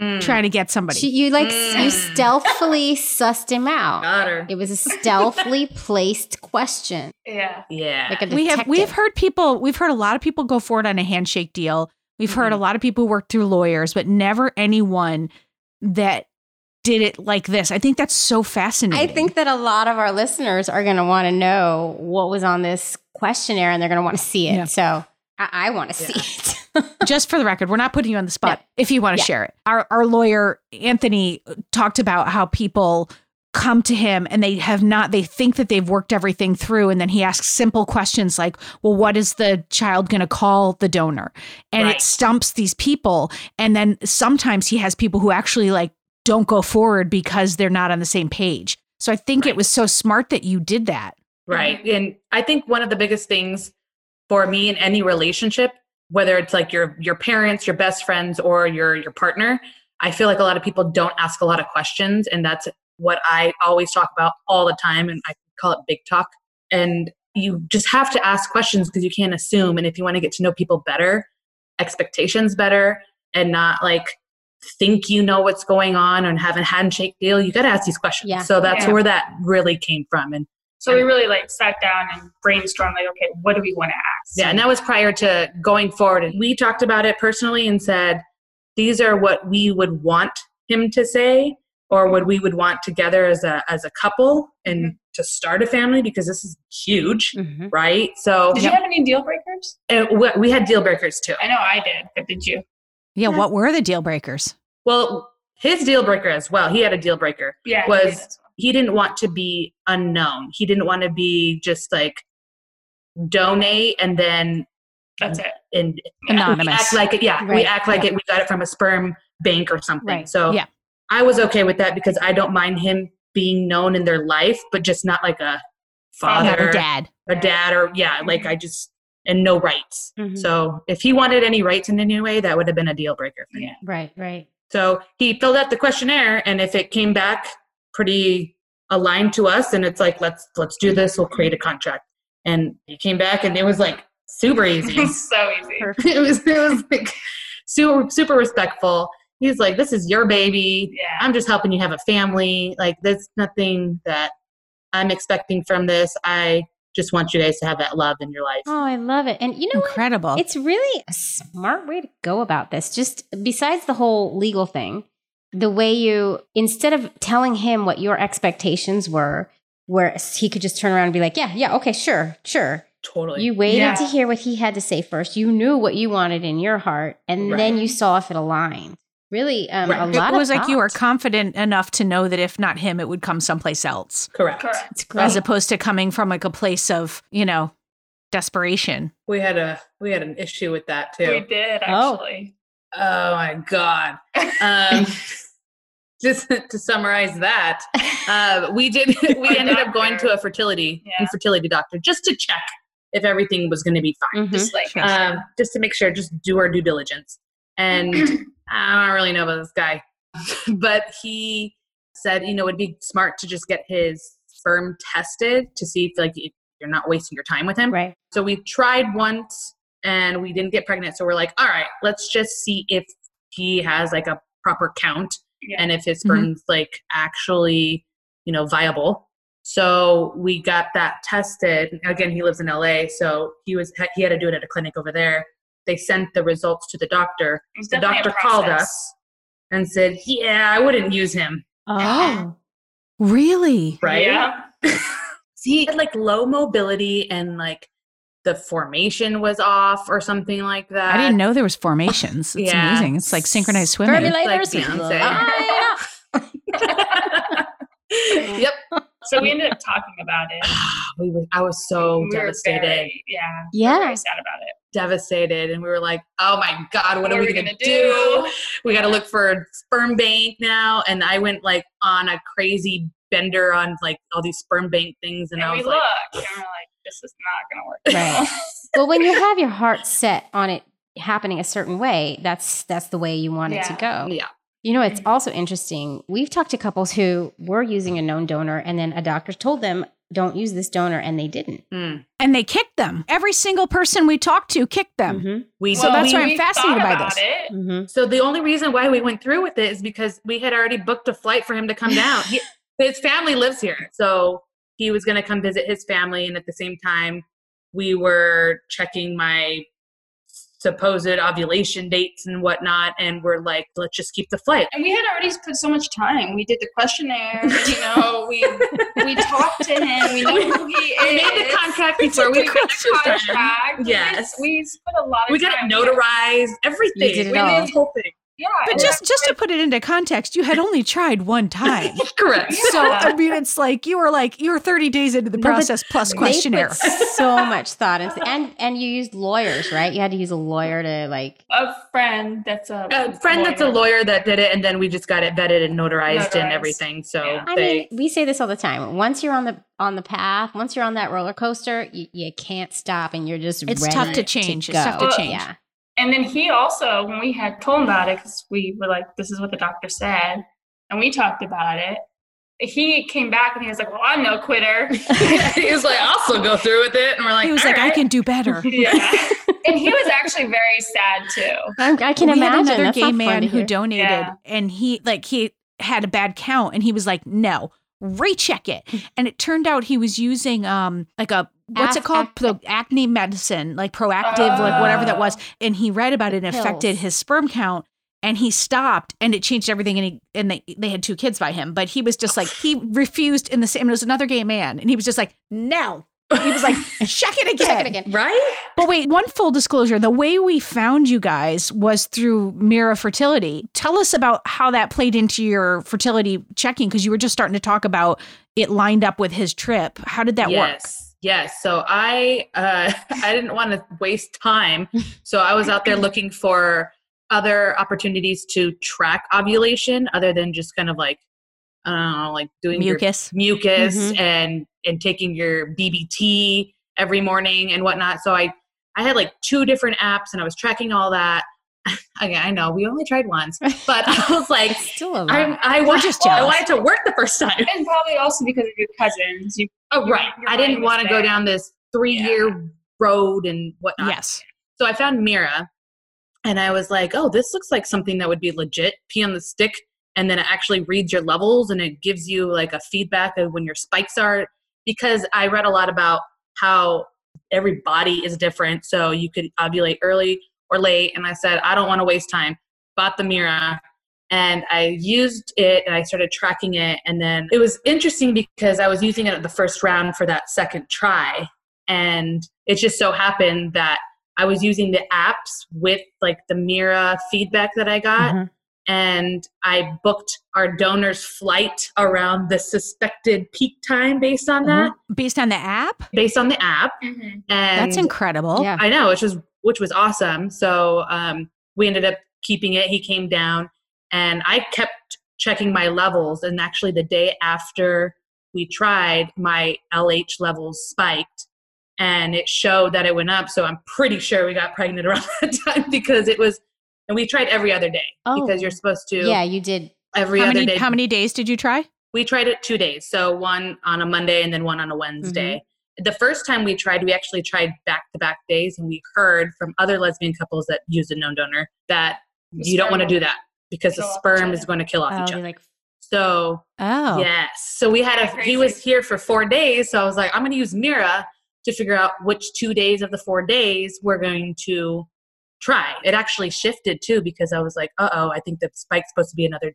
S7: Mm.
S4: trying to get somebody.
S1: She- you like s- you
S7: Mm.
S1: stealthily sussed him out.
S7: Got her.
S1: It was a stealthily placed question.
S6: Yeah.
S7: Yeah.
S1: Like a
S4: we have we've
S1: detective.
S4: heard people we've heard a lot of people go forward on a handshake deal. We've heard a
S1: Mm-hmm.
S4: lot of people work through lawyers, but never anyone that did it like this. I think that's so
S1: I
S4: fascinating.
S1: think that a lot of our listeners are going to want to know what was on this questionnaire, and they're going to want to see it.
S4: Yeah.
S1: So I, I want to see
S7: Yeah.
S1: it. [LAUGHS]
S4: just for the record, we're not putting you on the spot if you want to
S1: Yeah.
S4: share it. Our our lawyer Anthony talked about how people come to him and they have not they think that they've worked everything through and then he asks simple questions like well what is the child going to call the donor and it
S7: Right.
S4: stumps these people and then sometimes he has people who actually like don't go forward because they're not on the same page so i think it
S7: Right.
S4: was so smart that you did that
S7: Right. And I think one of the biggest things for me in any relationship, whether it's like your your parents, your best friends, or your your partner, I feel like a lot of people don't ask a lot of questions, and that's what I always talk about all the time, and I call it big talk. And you just have to ask questions because you can't assume. And if you want to get to know people better, expectations better, and not like think you know what's going on and have a handshake deal, you got to ask these questions.
S1: Yeah.
S7: So that's
S6: Yeah.
S7: where that really came from. And
S6: So we really like sat down and brainstormed like, okay, what do we want to ask?
S7: Yeah, and that was prior to going forward. And we talked about it personally and said, these are what we would want him to say or what we would want together as a as a couple and to start a family because this is huge,
S1: Mhm.
S7: right? So
S6: Mm-hmm. Did you have any deal breakers?
S7: and we, we had deal breakers too.
S6: I know I did, but did you?
S4: yeah, what were the deal breakers
S7: Well, his deal breaker as well. He had a deal breaker.
S6: Yeah.
S7: Was-
S6: you did as well.
S7: He didn't want to be unknown. He didn't want to be just like donate and then
S6: That's it. [LAUGHS]
S7: and
S6: Yeah.
S4: anonymous
S7: We act like it, yeah. We
S1: Right.
S7: act like it. We got it from a sperm bank or something.
S1: Right.
S7: So
S4: Yeah.
S7: I was okay with that because I don't mind him being known in their life, but just not like a
S6: Father,
S4: Another
S7: father, a dad.
S4: dad
S7: or yeah, like I just and no rights.
S1: Mhm.
S7: So if he wanted any rights in any way, that would have been a deal breaker for me.
S6: Yeah.
S1: Right, right.
S7: So he filled out the questionnaire, and if it came back pretty aligned to us, and it's like let's let's do this, we'll create a contract. And he came back, and it was like super
S6: [LAUGHS]
S7: easy.
S6: so easy.
S7: [LAUGHS] it was it was like super super respectful. He's like, "This is your baby.
S6: Yeah.
S7: I'm just helping you have a family. Like, there's nothing that I'm expecting from this. I just want you guys to have that love in your life."
S1: Oh, I love it. And you know what?
S4: incredible
S1: It's really a smart way to go about this. Just besides the whole legal thing, the way you, instead of telling him what your expectations were, where he could just turn around and be like, yeah, yeah, okay, sure, sure.
S7: Totally.
S1: You waited
S6: Yeah.
S1: to hear what he had to say first. You knew what you wanted in your heart, and
S7: Right.
S1: then you saw if it aligned. Really, um, a
S7: Right.
S1: lot
S4: it was
S1: of
S4: like you
S1: thought.
S4: were confident enough to know that if not him, it would come someplace else,
S7: correct.
S6: Correct.
S1: It's
S4: as
S1: great.
S4: opposed to coming from like a place of you know desperation.
S7: We had a we had an issue with that
S6: We
S7: too.
S6: did
S1: Oh.
S6: actually.
S7: Oh my god.
S6: [LAUGHS]
S7: Um, just [LAUGHS] to summarize that, uh, we did we ended up going to a fertility
S6: Yeah.
S7: infertility doctor just to check if everything was going to be fine.
S1: Mhm.
S6: Just like
S7: um, just to make sure, just do our due diligence. And I don't really know about this guy, [LAUGHS] but he said, you know, it'd be smart to just get his sperm tested to see if like if you're not wasting your time with him.
S1: Right.
S7: So we tried once and we didn't get pregnant. So we're like, all right, let's just see if he has like a proper count
S6: yeah. Mm-hmm.
S7: and if his sperm's like actually, you know, viable. So we got that tested. Again, he lives in LA, so he was he had to do it at a clinic over there. They sent the results to the doctor.
S6: It was
S7: The
S6: definitely a
S7: doctor called
S6: process.
S7: us and said, "Yeah, I wouldn't use him."
S1: [GASPS] Oh,
S4: Really?
S7: Right? [LAUGHS]
S6: Yeah.
S7: he had like low mobility and like the formation was off or something like that.
S4: I didn't know there was formations. It's
S7: Yeah.
S4: amazing. It's like synchronized swimming.
S1: Vermilators.
S7: Like Beyonce.
S1: Ah,
S6: [LAUGHS]
S7: yep.
S6: So we ended up talking about it.
S7: We were, I was so
S6: We were
S7: Oh, devastated,
S6: very- yeah.
S1: yeah.
S6: Very sad about it.
S7: devastated, and we were like, "Oh my god, what, are we gonna,
S6: gonna
S7: do? we got to look for a sperm bank now and i went like on a crazy bender on like all these sperm bank things and,
S6: And,
S7: i
S6: we
S7: was
S6: looked
S7: like
S6: and we're like, this is not going to work.
S1: Right. [LAUGHS] well, when you have your heart set on it happening a certain way, that's that's the way you want it to go.
S7: "Oh, yeah
S1: You know, it's also interesting. We've talked to couples who were using a known donor and then a doctor told them don't use this donor, and they didn't.
S7: Mm.
S4: And they kicked them. Every single person we talked to kicked them.
S1: Mm-hmm.
S7: We
S4: So that's
S7: we-
S4: why I'm
S6: we
S4: fascinated
S6: thought
S4: by
S6: about
S4: this.
S6: it.
S1: Mm-hmm.
S7: So the only reason why we went through with it is because we had already booked a flight for him to
S6: [LAUGHS]
S7: come down. He, his family lives here, so he was going to come visit his family, and at the same time, we were checking my supposed ovulation dates and whatnot, and we're like, let's just keep the flight.
S6: And we had already put so much time. We did the questionnaire, [LAUGHS] you know, we we talked to him, we know who he is.
S7: [LAUGHS] We made the
S6: [LAUGHS]
S7: contract before we
S6: we made the
S7: questioned him.
S6: contract. We
S7: Yes.
S6: just- We spent a lot of
S7: We got
S6: time.
S7: it notarized, everything.
S1: You did it
S7: we
S1: all.
S7: made the whole thing.
S6: Yeah.
S4: But
S6: and
S4: just just to put it into context, you had only tried
S1: [LAUGHS]
S4: one time.
S7: Correct.
S4: So uh, I mean, it's like you were like you were 30 days into the
S1: No, but
S4: process plus questionnaire.
S1: They put so much thought into, and and you used lawyers, right? You had to use a lawyer to like.
S6: a friend that's a,
S7: A friend that's a lawyer that did it, and then we just got it vetted and notarized, and
S6: Notarized.
S7: everything. So
S6: Yeah.
S1: I
S7: they,
S1: mean, we say this all the time. Once you're on the on the path, once you're on that roller coaster, you, you can't stop, and you're just
S4: It's
S1: ready
S4: tough to change. It's
S1: go.
S4: tough to
S6: Well,
S4: change.
S1: Yeah,
S6: And then he also, when we had told him about it, because we were like, this is what the doctor said, and we talked about it, he came back and he was like, well, I'm no
S7: [LAUGHS]
S6: quitter. [LAUGHS]
S7: he was like, I'll still go through with it. And we're like,
S4: He was
S7: "All
S4: like, I
S7: right."
S4: can do better.
S6: yeah. and he was actually very sad too.
S1: I'm, I can
S4: we
S1: imagine.
S4: had another
S1: That's
S4: gay
S1: not fun
S4: man
S1: to
S4: who
S1: hear.
S4: donated
S6: Yeah.
S4: and he like he had a bad count and he was like no recheck it
S1: Mm.
S4: and it turned out he was using um like a what's it
S1: Ac-
S4: called
S1: ac-
S4: Pro- acne medicine like proactive like whatever that was and he read about it and
S1: The
S4: affected
S1: pills.
S4: his sperm count and he stopped and it changed everything and he and they, they had two kids by him but he was just like he refused in the same and it was another gay man and he was just like no he was like check it again
S1: Check it again.
S7: Right?
S4: but wait, one full disclosure the way we found you guys was through Mira Fertility. Tell us about how that played into your fertility checking because you were just starting to talk about it lined up with his trip. How did that work?
S7: yes. Yes. So I uh, [LAUGHS] I didn't want to waste time. So I was out there looking for other opportunities to track ovulation other than just kind of like I don't know, like doing your
S4: Mucus. Mm-hmm.
S7: mucus
S1: Mhm.
S7: and and taking your BBT every morning and whatnot. So I I had like two different apps and I was tracking all that. [LAUGHS] Again, I know we only
S4: [LAUGHS]
S7: tried once, but I was like,
S1: It's still a lot.
S7: I I, wa-
S4: just
S7: I
S4: jealous.
S7: wanted to work the first time.
S6: And probably also because of your cousins. You,
S7: Oh,
S6: Your-
S7: right.
S6: your
S7: I didn't
S6: mind
S7: want to
S6: was
S7: go
S6: there.
S7: down this three year road and whatnot.
S4: Yes.
S7: So I found Mira and I was like, oh, this looks like something that would be legit. Pee on the stick and then it actually reads your levels and it gives you like a feedback of when your spikes are. Because I read a lot about how every body is different. So you could ovulate early or late. And I said, I don't want to waste time. Bought the Mira and I used it and I started tracking it. And then it was interesting because I was using it at the first round for that second try. And it just so happened that I was using the apps with like the Mira feedback that I got.
S1: Mhm.
S7: And I booked our donor's flight around the suspected peak time based on that,
S4: Based on the app?
S7: based on the app. And
S4: That's incredible.
S1: Yeah.
S7: I know, which was which was awesome. So um, we ended up keeping it. He came down, and I kept checking my levels. And actually, the day after we tried, my LH levels spiked, and it showed that it went up. So I'm pretty sure we got pregnant [LAUGHS] around that time because it was. And we tried every other day
S1: Oh.
S7: because you're supposed to
S1: yeah, you did.
S7: every
S4: How
S7: other
S4: many,
S7: day.
S4: how many days did you try?
S7: We tried it two days. So one on a Monday and then one on a Wednesday.
S6: Mm-hmm.
S7: The first time we tried, we actually tried back to back days, and we heard from other lesbian couples that use a known donor that
S6: The
S7: you don't want to
S6: sperm
S7: do
S6: will
S7: that because the
S6: kill off each
S7: sperm
S6: other. Oh,
S7: is going to kill off
S1: I'll
S7: each
S1: be
S7: other.
S1: like,
S7: So,
S4: Oh.
S7: yes. So we had a, he
S6: Crazy.
S7: was here for four days. So I was like, I'm going to use Mira to figure out which two days of the four days we're going to try. It actually shifted too because I was like, uh oh, I think the spike's supposed to be another,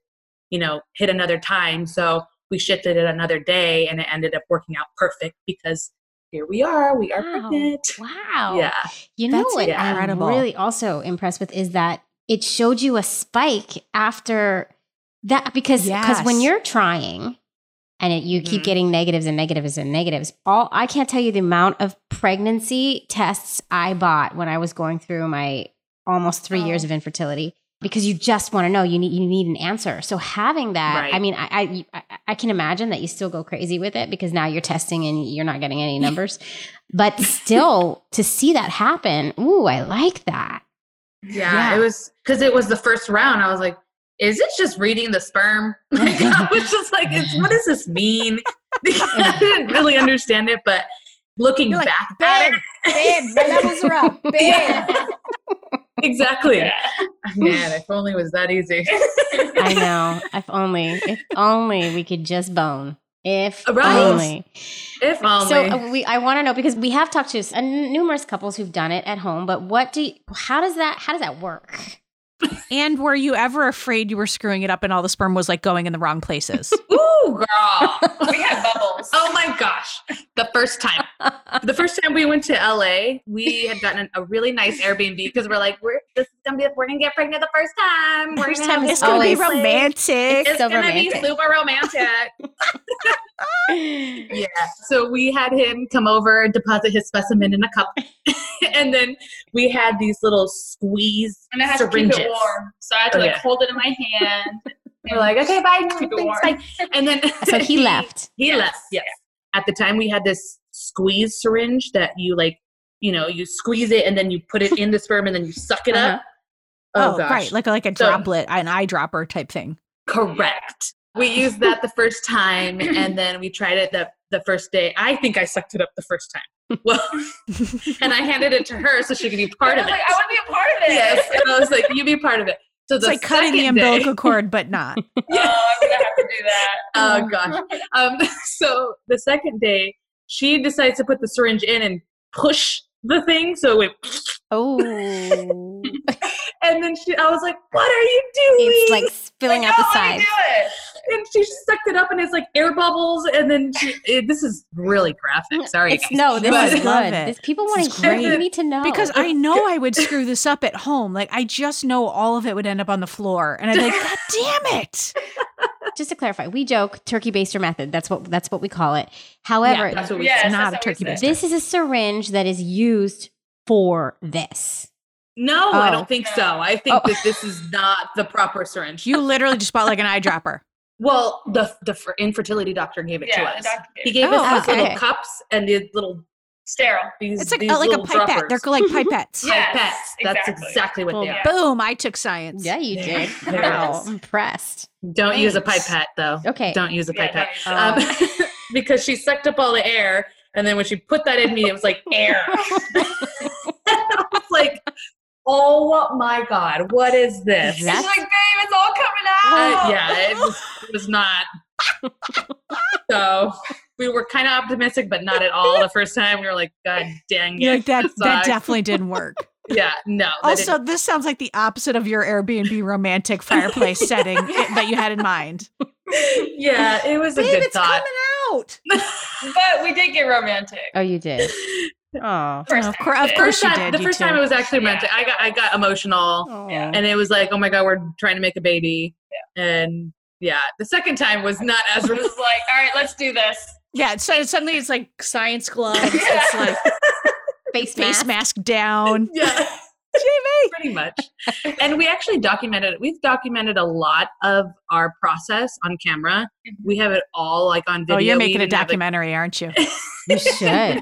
S7: you know, hit another time. So we shifted it another day and it ended up working out perfect because here we are. We are
S1: Wow.
S7: pregnant.
S1: wow.
S7: Yeah.
S1: You know
S4: That's
S1: what
S4: incredible.
S1: I'm really also impressed with is that it showed you a spike after that because because when
S4: Yes. Mm-hmm.
S1: you're trying and it, you keep
S7: Mhm.
S1: getting negatives and negatives and negatives, all I can't tell you the amount of pregnancy tests I bought when I was going through my almost three years
S6: Oh.
S1: of infertility because you just want to know you need you need an answer. So having that,
S7: Right.
S1: I mean, I, I I can imagine that you still go crazy with it because now you're testing and you're not getting
S7: [LAUGHS]
S1: any numbers, but still to see that happen, ooh, I like that.
S7: Yeah,
S4: Yeah.
S7: it was because it was the first round. I was like, is this just reading the sperm? [LAUGHS] Like, I was just like, it's, what does this mean? [LAUGHS] I didn't really understand it, but looking
S4: You're like,
S7: back at
S4: Babe,
S7: it,
S4: babe, my levels are [LAUGHS] up. Babe.
S7: [LAUGHS] exactly.
S6: Yeah.
S7: [LAUGHS] Man, if only it was that easy.
S1: I know. If only, if only we could just bone. If
S7: Uh, Right?
S1: only.
S7: if only.
S1: So uh, we, I want to know because we have talked to s- uh, numerous couples who've done it at home. But what do? You, how does that? How does that
S7: [LAUGHS]
S1: work?
S4: And were you ever afraid you were screwing it up and all the sperm was like going in the
S1: [LAUGHS]
S4: wrong places?
S7: Ooh, girl.
S6: We had bubbles.
S7: Oh my gosh. The first time. The first time we went to LA, we had gotten a really nice Airbnb because we're like, we're this is gonna be we're gonna get pregnant the first time. We're
S1: First
S7: gonna
S1: time
S7: have
S1: is
S7: this
S1: always-
S7: place.
S4: romantic.
S7: It's
S1: so
S7: gonna
S1: romantic.
S7: be super romantic. [LAUGHS] Yeah. So we had him come over, deposit his specimen in a cup, [LAUGHS] and then we had these little squeeze
S6: [LAUGHS] and I had
S7: syringes.
S6: to keep it warm, so I had to
S7: Oh,
S6: like
S7: yeah.
S6: hold it in my
S7: [LAUGHS]
S6: hand.
S7: We're like, okay, bye,
S6: Keep
S7: thanks,
S6: it warm.
S7: bye. And
S6: [LAUGHS]
S7: then [LAUGHS]
S1: so he left.
S7: He left. Yes. At the time, we had this squeeze syringe that you like, you know, you squeeze it and then you put
S6: [LAUGHS]
S7: it in the sperm and then you suck it
S1: Uh-huh.
S7: up. Oh, gosh.
S4: right, like like a
S7: So-
S4: droplet, an eyedropper type thing.
S7: Correct. We used that the first time, and then we tried it the, the first day. I think I sucked it up the first time. Well, and I handed it to her so she could be part
S6: I
S7: of
S6: was
S7: it.
S6: like, I want to be a part of it.
S7: yes, and I was like, "You be part of it." So
S4: It's
S7: the
S4: like cutting the
S7: second day- [LAUGHS]
S4: umbilical cord, but not.
S6: [LAUGHS] Oh, I'm gonna have to do that.
S7: Oh gosh. Um, [LAUGHS] so the second day, she decides to put the syringe in and push the thing, so it went.
S1: Oh,
S7: And then she, I was like, "What are you doing?"
S1: it's like spilling
S6: Like,
S1: out
S6: no,
S1: the
S6: let me
S1: sides.
S6: do it.
S7: and she sucked it up, and it's like air bubbles. And then she, it, this is really graphic. Sorry,
S1: It's,
S7: guys.
S1: no, this
S7: But-
S1: is
S4: Love
S1: good.
S4: it.
S1: This, people
S4: This
S1: want
S4: is
S1: to hear.
S4: great.
S1: You need to know
S4: Because
S7: Oh.
S4: I know I would screw this up at home. Like I just know all of it would end up on the floor, and I'd be like, God damn it!
S1: [LAUGHS] just to clarify, we joke turkey baster method. That's what that's what we call it. However,
S7: That's what we
S6: Yes,
S4: It's not
S6: that's
S4: a
S6: what we
S4: turkey baster.
S6: said.
S1: this is a syringe that is used for this.
S7: No, I
S1: Oh.
S7: don't think so. I think
S1: Oh.
S7: that this is not the proper syringe.
S4: You literally just bought like an eyedropper.
S7: well, the the fr- infertility doctor gave it
S6: Yeah,
S7: to
S6: the
S7: us.
S6: doctor
S7: He
S6: gave
S7: gave
S4: Oh,
S7: us these
S1: okay.
S7: little cups and these little
S6: sterile.
S7: these.
S4: It's like
S7: these
S4: uh, like a
S7: little
S4: pipette.
S7: droppers.
S4: They're like
S7: [LAUGHS]
S4: pipettes.
S6: Yeah. Yes,
S7: pipettes. That's
S6: exactly.
S7: exactly what they
S1: Well,
S7: are.
S4: Boom! I took science.
S1: Yeah, you
S7: There-
S1: did.
S7: [LAUGHS] there it
S1: Wow,
S7: is.
S1: impressed.
S7: Don't use a
S1: Thanks.
S7: pipette though.
S1: Okay.
S7: Don't use a
S6: Yeah,
S7: pipette.
S6: no,
S1: Um,
S7: Um, [LAUGHS] because she sucked up all the air, and then when she put that in me, it was like air. [LAUGHS] I was like, oh my god, what is this?
S1: That-
S6: She's like, babe, it's all coming out.
S4: [GASPS]
S7: Uh, yeah, it was, it was not. so we were kind of optimistic, but not at all the first time. We were like, God dang
S4: You're
S7: it.
S4: like that. That
S7: Sucks.
S4: definitely didn't
S7: [LAUGHS]
S4: work.
S7: Yeah, no. that
S4: Also, this sounds like the opposite of your Airbnb romantic fireplace
S7: [LAUGHS]
S4: setting that you had in mind.
S7: didn't- yeah, it was a
S4: Babe,
S7: good
S4: it's
S7: thought.
S4: coming out.
S6: But we did get romantic.
S1: Oh, you
S7: [LAUGHS]
S1: did. Oh.
S6: First
S4: of
S6: time
S4: cour-
S6: we
S4: of
S6: did.
S4: course
S7: First
S4: you
S7: time,
S4: did,
S7: the
S4: you
S7: first
S4: two.
S7: time it was actually
S6: Yeah.
S7: romantic. I got I got emotional.
S1: Aw.
S7: and it was like, oh my god, we're trying to make a baby, and yeah, the second time was not as.
S6: It was like, all right, let's do this.
S4: Yeah. So suddenly it's like science [LAUGHS] gloves. It's like
S1: Face
S4: face
S1: mask.
S4: mask [LAUGHS] down.
S7: [LAUGHS] yeah,
S4: Jamie.
S7: pretty much. and we actually documented. We've documented a lot of our process on camera. We have it all like on video.
S4: Oh, you're
S7: We
S4: making a
S7: even have, like-
S4: documentary, aren't you?
S1: You
S7: [LAUGHS]
S1: should.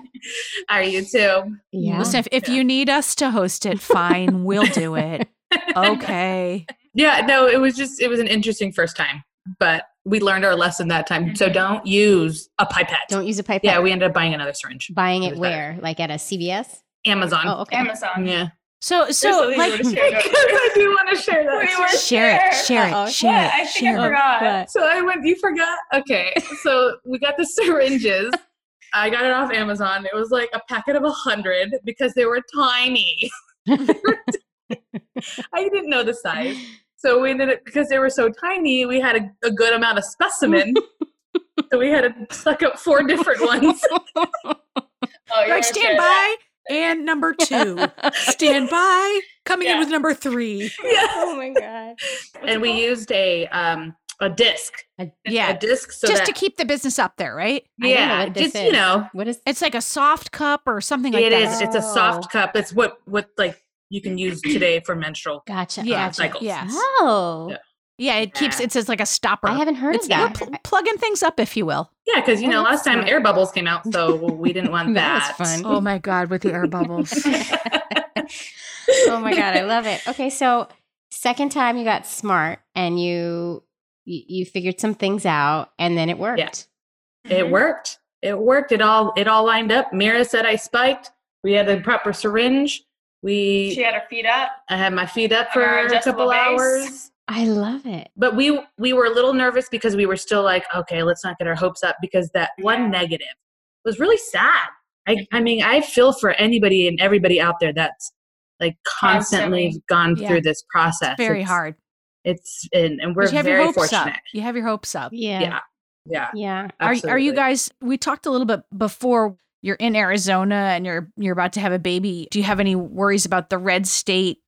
S7: Are you too?
S1: Yeah.
S4: Listen, if, if you need us to host it, fine, we'll do it. Okay.
S7: Yeah. No, it was just it was an interesting first time, but we learned our lesson that time. So don't use a pipette.
S1: Don't use a pipette.
S7: yeah, we ended up buying another syringe.
S1: Buying
S7: It
S1: it
S7: was better.
S1: where? Like at a CVS?
S7: Amazon.
S1: Oh, okay.
S6: Amazon.
S7: Yeah.
S4: So so
S6: There's something
S4: like
S7: [LAUGHS]
S6: you wanna share, don't you?
S7: do want to share
S6: We were
S4: [LAUGHS] share it,
S6: there.
S4: share
S1: Uh-oh.
S4: it, share
S6: What? I
S4: it,
S6: think I
S4: share it.
S6: forgot.
S1: But-
S7: So I went, you forgot? Okay. So we got the [LAUGHS] syringes. I got it off Amazon. It was like a packet of a hundred because they were
S4: [LAUGHS]
S7: tiny. I didn't know the size. So we ended up because they were so tiny, we had a, a good amount of
S4: [LAUGHS]
S7: specimen. so we had to suck up four
S4: [LAUGHS]
S7: different ones.
S6: Oh, you
S4: You're like,
S6: wanna share
S4: stand
S6: that?
S4: by and number two. Stand by. Coming in
S6: Yeah.
S4: with number three.
S7: yeah.
S1: oh my God.
S7: And we used a um a disc.
S4: Yeah.
S7: A disc so
S4: Just
S7: that,
S4: to keep the business up there, right?
S1: I don't know
S7: yeah,
S1: what this
S7: just you
S1: is.
S7: know,
S1: What is
S4: It's like a soft cup or something like
S7: It
S4: that. Oh.
S7: is. It's a soft cup. It's what what like you can use today for menstrual.
S1: Gotcha.
S4: Yeah,
S1: Gotcha.
S7: cycles.
S4: Yes.
S1: Oh.
S7: Yeah.
S4: Yeah, it keeps
S7: Yeah.
S4: it's just like a stopper.
S1: I haven't heard
S4: it's
S1: of
S4: you're
S1: that.
S4: pl- [LAUGHS] plugging things up, if you will.
S7: Yeah, because you
S1: Oh,
S7: know
S1: that's
S7: last time
S1: smart.
S7: air bubbles came out, so we didn't want that.
S1: That was fun.
S4: Oh
S7: [LAUGHS]
S4: my god, with the air bubbles.
S1: oh my god, I love it. Okay, so Second time you got smart and you you, you figured some things out and then it worked.
S7: It worked. It worked. It all it all lined up. Mira said I spiked. We had the proper syringe.
S6: She
S7: We
S6: had her feet up.
S7: I had my feet up
S6: on
S7: for
S6: our
S7: a
S6: adjustable
S7: couple
S6: base.
S7: hours.
S1: I love it.
S7: But we we were a little nervous because we were still like, okay, let's not get our hopes up because that
S6: Yeah.
S7: one negative was really sad. I I mean, I feel for anybody and everybody out there that's like constantly gone
S4: Yeah.
S7: through this process.
S4: Very
S7: It's-
S4: hard.
S7: It's and, and
S4: 'Cause
S7: we're
S4: you have your
S7: very
S4: hopes
S7: fortunate.
S4: up. You have your hopes up.
S1: Yeah.
S7: Yeah. Yeah.
S1: Yeah.
S4: Are, are
S7: absolutely.
S4: you guys? We talked a little bit before. You're in Arizona and you're you're about to have a baby. Do you have any worries about the red state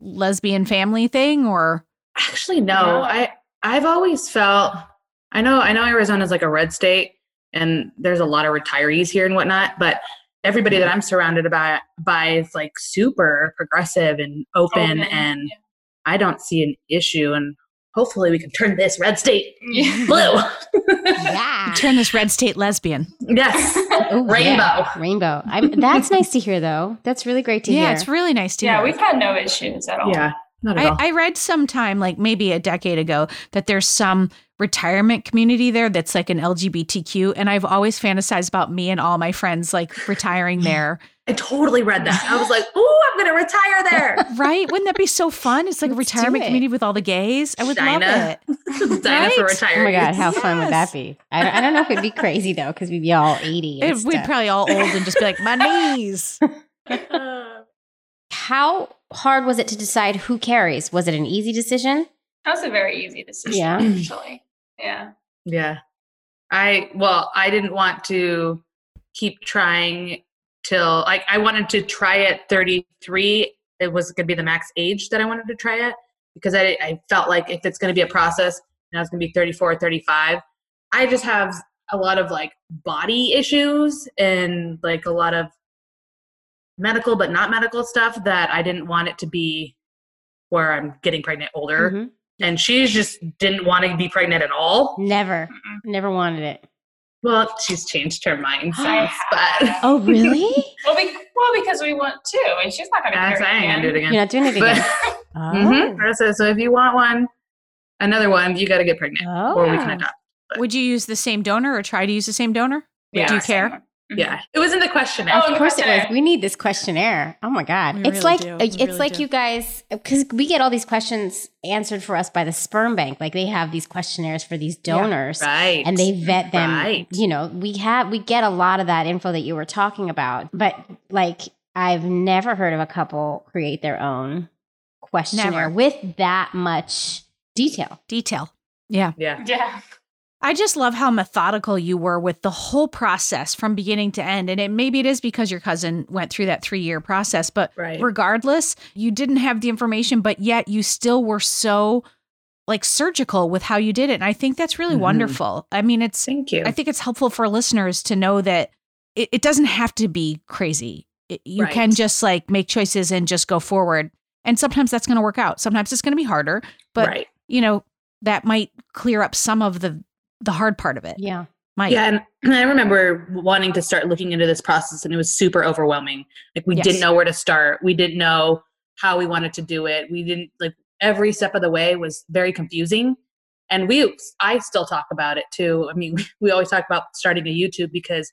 S4: lesbian family thing? Or
S7: Actually, no.
S6: No.
S7: I I've always felt I know I know Arizona's like a red state and there's a lot of retirees here and whatnot, but everybody that I'm surrounded by by is like super progressive and open
S6: Open,
S7: and I don't see an issue and hopefully we can turn this red state
S4: [LAUGHS]
S6: Yeah.
S7: blue.
S1: [LAUGHS]
S7: Ah.
S1: Yeah.
S4: turn this red state lesbian?
S7: [LAUGHS] yes.
S1: Oh, yeah.
S7: Rainbow.
S1: Rainbow. I'm, that's nice to hear though. That's really great to
S4: yeah,
S1: hear.
S4: it's really nice to
S6: yeah,
S4: hear.
S6: we've had no issues at [LAUGHS] all.
S7: Yeah. Not at all.
S4: I, I read sometime, like maybe a decade ago, that there's some retirement community there that's like an LGBTQ. And I've always fantasized about me and all my friends
S1: [GASPS]
S4: like retiring there.
S7: I totally read that. I was like, "Ooh, I'm going to retire there."
S4: right? Wouldn't that be so fun? It's like a
S1: Let's do
S4: retirement
S1: it.
S4: community with all the gays. I would love
S7: Dinah.
S4: it.
S7: [LAUGHS] Sign up
S1: Oh
S4: Right.
S7: for
S1: my
S7: retirement.
S1: god, how fun would that
S4: Yes.
S1: be? I don't, I don't know if it'd be crazy though, because we'd be all eighty. and
S4: It- we'd
S1: stuff.
S4: probably all old and just
S1: [LAUGHS]
S4: be like, my knees.
S1: How hard was it to decide who carries? Was it an easy decision?
S6: That was a very easy decision,
S1: Yeah.
S6: actually. Yeah.
S7: Yeah. I well, I didn't want to keep trying till like I wanted to try it 33. It was going to be the max age that I wanted to try it because I I felt like if it's going to be a process and I was going to be 34 35, I just have a lot of like body issues and like a lot of medical but not medical stuff that I didn't want it to be where I'm getting pregnant older.
S1: Mhm.
S7: And she just didn't want to be pregnant at all.
S1: Never,
S6: Mm-mm.
S1: never wanted it.
S7: Well, she's changed her mind
S6: I
S7: since,
S1: [GASPS]
S6: have.
S7: but
S1: Oh really?
S6: Well, be- well, because we want two, and she's not going to
S7: that's,
S6: carry
S7: I ain't gonna do
S6: again.
S1: [LAUGHS]
S7: it
S1: You're
S7: [LAUGHS]
S1: not
S7: again.
S1: doing it
S7: But,
S1: again. Oh.
S7: Mhm.
S1: Mm-hmm.
S7: That's it. So if you want one, another one, you got to get pregnant,
S1: Oh.
S7: or we can adopt.
S4: Would you use the same donor or try to use the same donor?
S7: Yeah.
S4: Do you care?
S6: Mhm.
S7: Yeah, it was in the questionnaire.
S6: Oh,
S1: Of course it was.
S6: Okay.
S1: We need this questionnaire. Oh my god,
S4: We
S1: it's
S4: really
S1: like
S4: do. We
S1: it's
S4: really
S1: like
S4: do.
S1: you guys because we get all these questions answered for us by the sperm bank. Like they have these questionnaires for these
S4: Yeah.
S1: donors,
S7: right.
S1: and they vet them.
S7: Right.
S1: You know, we have we get a lot of that info that you were talking about, but like I've never heard of a couple create their own questionnaire
S4: Never.
S1: with that much detail.
S4: Detail.
S7: yeah,
S6: [LAUGHS] Yeah.
S4: I just love how methodical you were with the whole process from beginning to end. And it maybe it is because your cousin went through that three year process, but
S7: right.
S4: regardless, you didn't have the information, but yet you still were so like surgical with how you did it. And I think that's really
S7: Mhm.
S4: wonderful. I mean, it's
S7: Thank you.
S4: I think it's helpful for listeners to know that it, it doesn't have to be crazy. It- you
S7: Right.
S4: can just like make choices and just go forward. And sometimes that's going to work out. Sometimes it's going to be harder, but
S7: right.
S4: you know that might clear up some of the the hard part of it.
S1: Yeah.
S4: Might.
S7: Yeah, and- and [CLEARS THROAT] I remember wanting to start looking into this process, and it was super overwhelming. Like we
S4: Yes.
S7: didn't know where to start. We didn't know how we wanted to do it. We didn't like every step of the way was very confusing. And we, I still talk about it too. I mean, [LAUGHS] we always talk about starting a YouTube because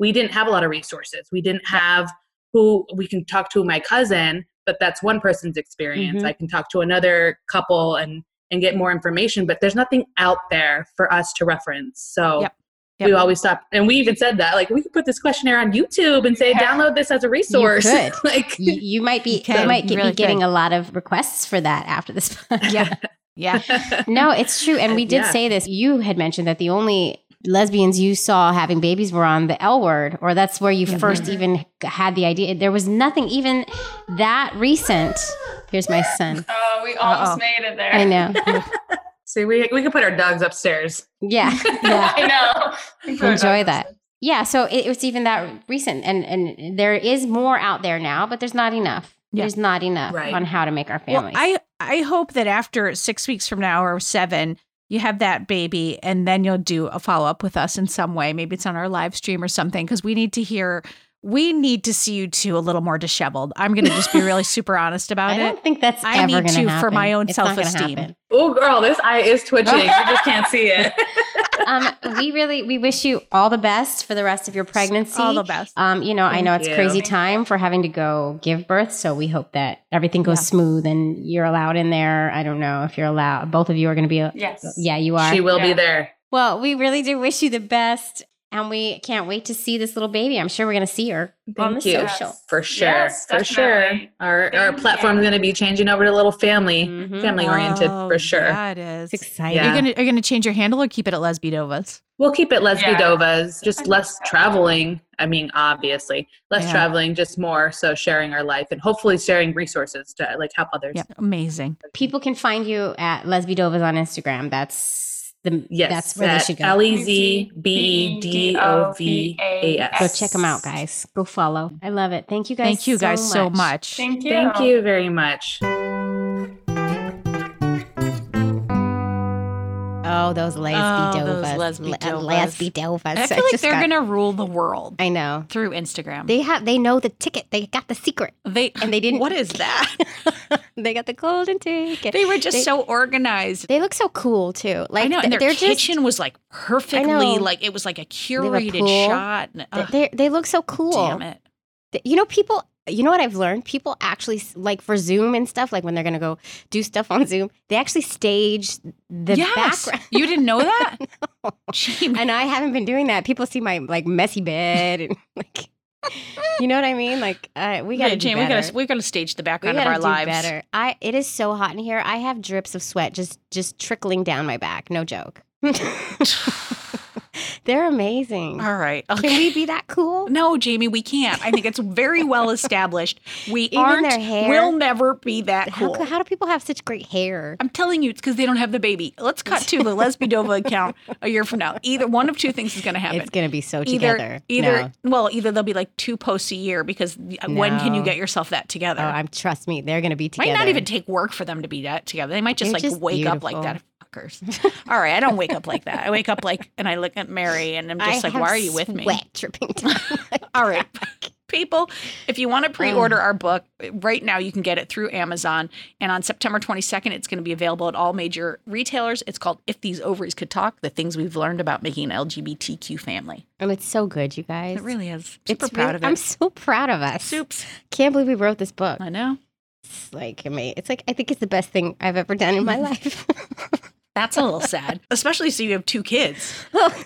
S7: we didn't have a lot of resources. We didn't have who we can talk to my cousin, but that's one person's experience.
S4: Mm-hmm.
S1: Mhm.
S7: I can talk to another couple and and get more information, but there's nothing out there for us to reference. So
S4: Yep.
S7: we
S4: Yep.
S7: always stop and we even said that like we could put this questionnaire on YouTube and say
S6: Yeah.
S7: download this as a resource.
S1: could.
S7: [LAUGHS] like
S1: You, you might be
S4: Okay.
S1: you might get,
S4: Really
S1: be getting
S4: good.
S1: a lot of requests for that after this. [LAUGHS]
S4: Yeah. Yeah.
S1: no, it's true.
S8: [LAUGHS]
S1: And we did
S7: Yeah.
S1: say this. You had mentioned that the only lesbians you saw having babies were on the L word, or that's where you
S8: Mm-hmm.
S1: first even had the idea. There was nothing even that recent. Here's my son.
S6: Oh, we almost
S4: Uh-oh.
S6: made it there.
S8: [LAUGHS]
S1: I know.
S7: [LAUGHS] See, we we could put our dogs upstairs.
S1: Yeah.
S4: Yeah.
S6: [LAUGHS] I know. We put it
S1: Enjoy
S6: on
S1: that. Yeah. So it, it was even that recent. And and there is more out there now, but there's not enough.
S4: Yeah.
S1: There's not enough
S7: Right.
S1: on how to make our
S4: Well,
S1: families.
S4: I I hope that after six weeks from now or seven, you have that baby, and then you'll do a follow up with us in some way. Maybe it's on our live stream or something, because we need to hear
S8: we need to see you two a little more disheveled. I'm going to just be really super honest
S1: I
S8: about it.
S1: don't think that's
S8: I
S1: ever
S8: need to
S1: gonna
S8: for
S1: happen.
S8: my own
S1: It's not gonna
S8: self-esteem.
S1: happen.
S7: Oh, girl, this eye is twitching. You just can't see it.
S1: um, we really we wish you all the best for the rest of your pregnancy.
S8: All the best.
S1: Um, you know, I know
S7: Thank
S1: it's
S7: you.
S1: crazy time for having to go give birth, so we hope that everything goes
S8: Yeah.
S1: smooth and you're allowed in there. I don't know if you're allowed. Both of you are going to be.
S6: Yes.
S1: yeah, you are.
S7: She will be
S6: Yeah.
S7: there.
S1: well, we really do wish you the best, and we can't wait to see this little baby. I'm sure we're going to see her on the
S7: Thank you.
S1: social.
S7: For sure.
S6: Yes,
S7: for sure.
S6: definitely.
S7: Our, our
S6: Thank
S7: platform's
S6: you.
S7: going to be changing over to little family,
S1: Mhm.
S7: family oriented
S8: Oh,
S7: for sure.
S8: Yeah, it is.
S1: It's exciting.
S7: Mm-hmm. Yeah.
S8: You're gonna are you gonna change your handle or keep it at Lesbidovas?
S7: We'll keep it Lesbi
S6: Yeah.
S7: Dovas,
S6: I
S7: just
S6: think
S7: less
S6: so.
S7: traveling. I mean, obviously, less
S8: Yeah.
S7: traveling, just more so sharing our life and hopefully sharing resources to like help others.
S8: Yeah, amazing.
S1: People can find you at Lesbidovas on Instagram. That's the
S7: Yes,
S1: that's where they should go.
S7: L E Z B E D O V A
S1: go
S7: S.
S1: check them out, guys. Go follow. I love it. Thank you guys.
S8: Thank you guys so much.
S6: Thank you.
S7: Thank you very much.
S1: Oh, those lesbi
S4: Oh, those
S1: dovas.
S4: lesbi
S1: Le- uh,
S4: dovas.
S1: lesbi dovas.
S4: I feel like
S1: just
S4: they're
S1: got-
S4: gonna rule the world
S1: I know.
S4: through Instagram.
S1: They have. They know the ticket. They got the secret,
S4: They,
S8: [LAUGHS]
S1: and they didn't.
S4: What is that?
S1: [LAUGHS] they got the golden ticket.
S4: they were just
S1: They-
S4: so organized.
S1: They look so cool too. Like
S4: I know, and
S1: th-
S4: their
S1: they're just-
S4: kitchen was like
S1: know.
S4: perfectly like it was like a
S1: have a
S4: curated
S1: pool.
S4: shot. And,
S1: they-
S4: ugh,
S1: they they look so cool.
S4: Damn it!
S1: Th- You know, people. You know what I've learned? People actually s- like for Zoom and stuff. Like when they're gonna go do stuff on Zoom, they actually stage the
S4: yes,
S1: background.
S4: you didn't
S1: [LAUGHS]
S4: know that.
S1: No.
S4: Gee,
S1: and I haven't been doing that. People see my like messy bed and [LAUGHS] like, you know what I mean? Like, uh, we gotta
S4: yeah,
S1: do
S4: Jane, we
S1: better.
S4: gotta we gotta stage the
S1: We
S4: background of
S1: gotta
S4: our
S1: do
S4: lives.
S1: better. I it is so hot in here. I have drips of sweat just just trickling down my back. No
S4: [LAUGHS]
S1: joke. [LAUGHS] They're amazing.
S4: All right. Okay.
S1: Can we be that cool?
S4: No, Jamie, we can't. I think it's
S1: [LAUGHS]
S4: very well established. We
S1: Even
S4: aren't.
S1: their hair.
S4: We'll never be that
S1: How,
S4: cool.
S1: co- how do people have such great hair?
S4: I'm telling you, it's because they don't have the baby. Let's cut to
S1: [LAUGHS]
S4: the Lesbidova account a year from now. Either one of two things is going to happen.
S1: It's gonna be so
S4: either,
S1: together.
S4: either
S1: No.
S4: well, either they'll be like two posts a year because uh, when can you
S1: No.
S4: get yourself that together?
S1: Oh, I'm trust me, they're gonna be
S4: might
S1: together.
S4: not even take work for them to be that together. They might just
S1: They're
S4: like
S1: just
S4: wake up like that.
S1: beautiful.
S4: Fuckers. All right, I don't wake up like that. I wake up like and I look at Mary and I'm
S1: I
S4: just like,
S1: have
S4: why are you with me?
S1: Sweat dripping
S4: [LAUGHS]
S1: down.
S4: All right.
S1: [LAUGHS]
S4: People, if you want to pre
S1: Um.
S4: order our book, right now you can get it through Amazon. And on September 22nd, it's going to be available at all major retailers. It's called If These Ovaries Could Talk The Things We've Learned About Making an LGBTQ Family.
S1: and Oh, it's so good, you guys.
S4: It really is. Super
S1: It's
S4: proud
S1: really-
S4: of it.
S1: I'm so proud of us.
S4: Soups.
S1: Can't believe we wrote this book.
S4: I know.
S1: It's like amazing. It's like I think it's the best thing I've ever done
S4: [LAUGHS]
S1: in my life. [LAUGHS]
S4: That's a little sad, [LAUGHS] especially so you have two kids.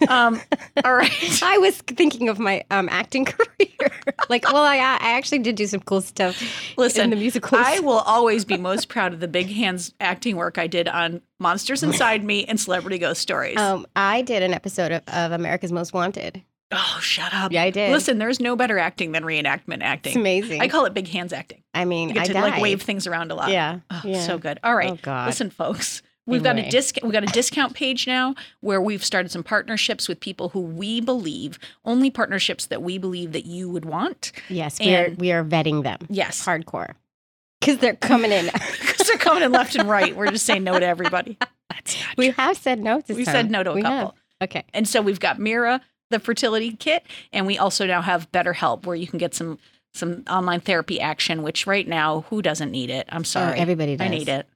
S4: Um, all
S1: [LAUGHS]
S4: right.
S1: I was thinking of my um, acting [LAUGHS] career. like, well, I, I actually did do some cool stuff in
S4: Listen,
S1: the musicals.
S4: I will always be most proud of the big hands acting work I did on Monsters Inside Me and Celebrity Ghost
S1: [LAUGHS]
S4: Stories.
S1: um, I did an episode of, of America's Most Wanted.
S4: oh, shut up.
S1: Yeah, I did.
S4: Listen, there's no better acting than reenactment
S1: it's
S4: acting.
S1: amazing.
S4: I
S1: I,
S4: call it big hands acting.
S1: mean,
S4: You get
S1: I
S4: to
S1: died.
S4: like wave things around a lot.
S1: Yeah.
S4: Oh,
S1: yeah.
S4: So good. All right.
S1: Oh God.
S4: Listen, folks, we've got a
S1: Anyway.
S4: disc we've got a discount page now where we've started some partnerships with people who we believe, only partnerships that we believe that you would want.
S1: yes, we are
S4: and-
S1: we are vetting them
S4: Yes. [LAUGHS]
S1: hardcore because they're coming in.
S4: Because they're coming in left and right. We're just saying no to everybody. That's not
S1: [LAUGHS] we
S4: true.
S1: have said no to.
S4: We
S1: some.
S4: said no to a
S1: We have.
S4: couple.
S1: Okay. Oh,
S4: And so we've got Mira, the fertility kit, and we also now have BetterHelp where you can get some some online therapy action, which right now, who doesn't need it? I'm
S1: Oh,
S4: sorry.
S1: everybody does.
S4: I need it.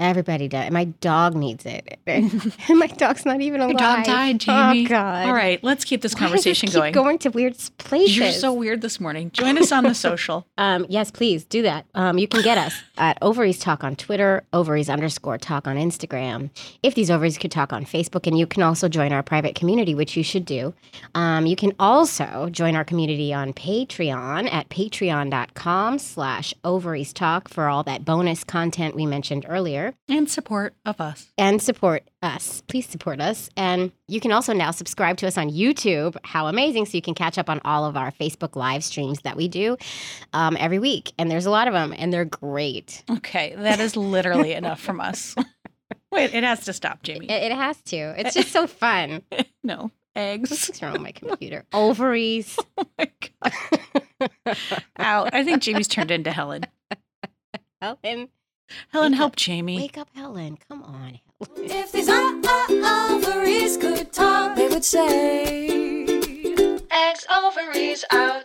S1: Everybody does. My dog needs
S4: [LAUGHS]
S1: it. [LAUGHS] My dog's not even alive.
S4: Your dog died,
S1: Oh
S4: Jamie.
S1: God.
S4: All right, let's keep this
S1: Why does
S4: conversation
S1: keep
S4: going.
S1: Going to weird places.
S4: You're so weird this morning. Join us on the [LAUGHS] social.
S1: Um, yes, please do that. Um, you can get
S4: [SIGHS]
S1: us at Ovaries Talk on Twitter, Ovaries underscore Talk on Instagram. If these ovaries could talk on Facebook, and you can also join our private community, which you should do. Um, you can also join our community on Patreon at patreon.com slash ovaries talk for all that bonus content we mentioned earlier
S4: and support of us.
S1: and support us. Please support us. And you can also now subscribe to us on YouTube. How amazing! So you can catch up on all of our Facebook live streams that we do um, every week. And there's a lot of them, and they're great.
S4: Okay, that is literally enough from [LAUGHS] us. Wait, it has to stop, Jamie.
S1: It, it has to. It's just [LAUGHS] so fun.
S4: no [LAUGHS] eggs.
S1: What's wrong with my computer? [LAUGHS] Ovaries.
S4: Oh my God. Out. I think Jamie's turned into Helen.
S1: Helen,
S4: Helen,
S1: Wake up.
S4: help Jamie.
S1: wake up, Helen. Come on.
S9: If these o- o- ovaries could talk, they would say, Eggs, ovaries out.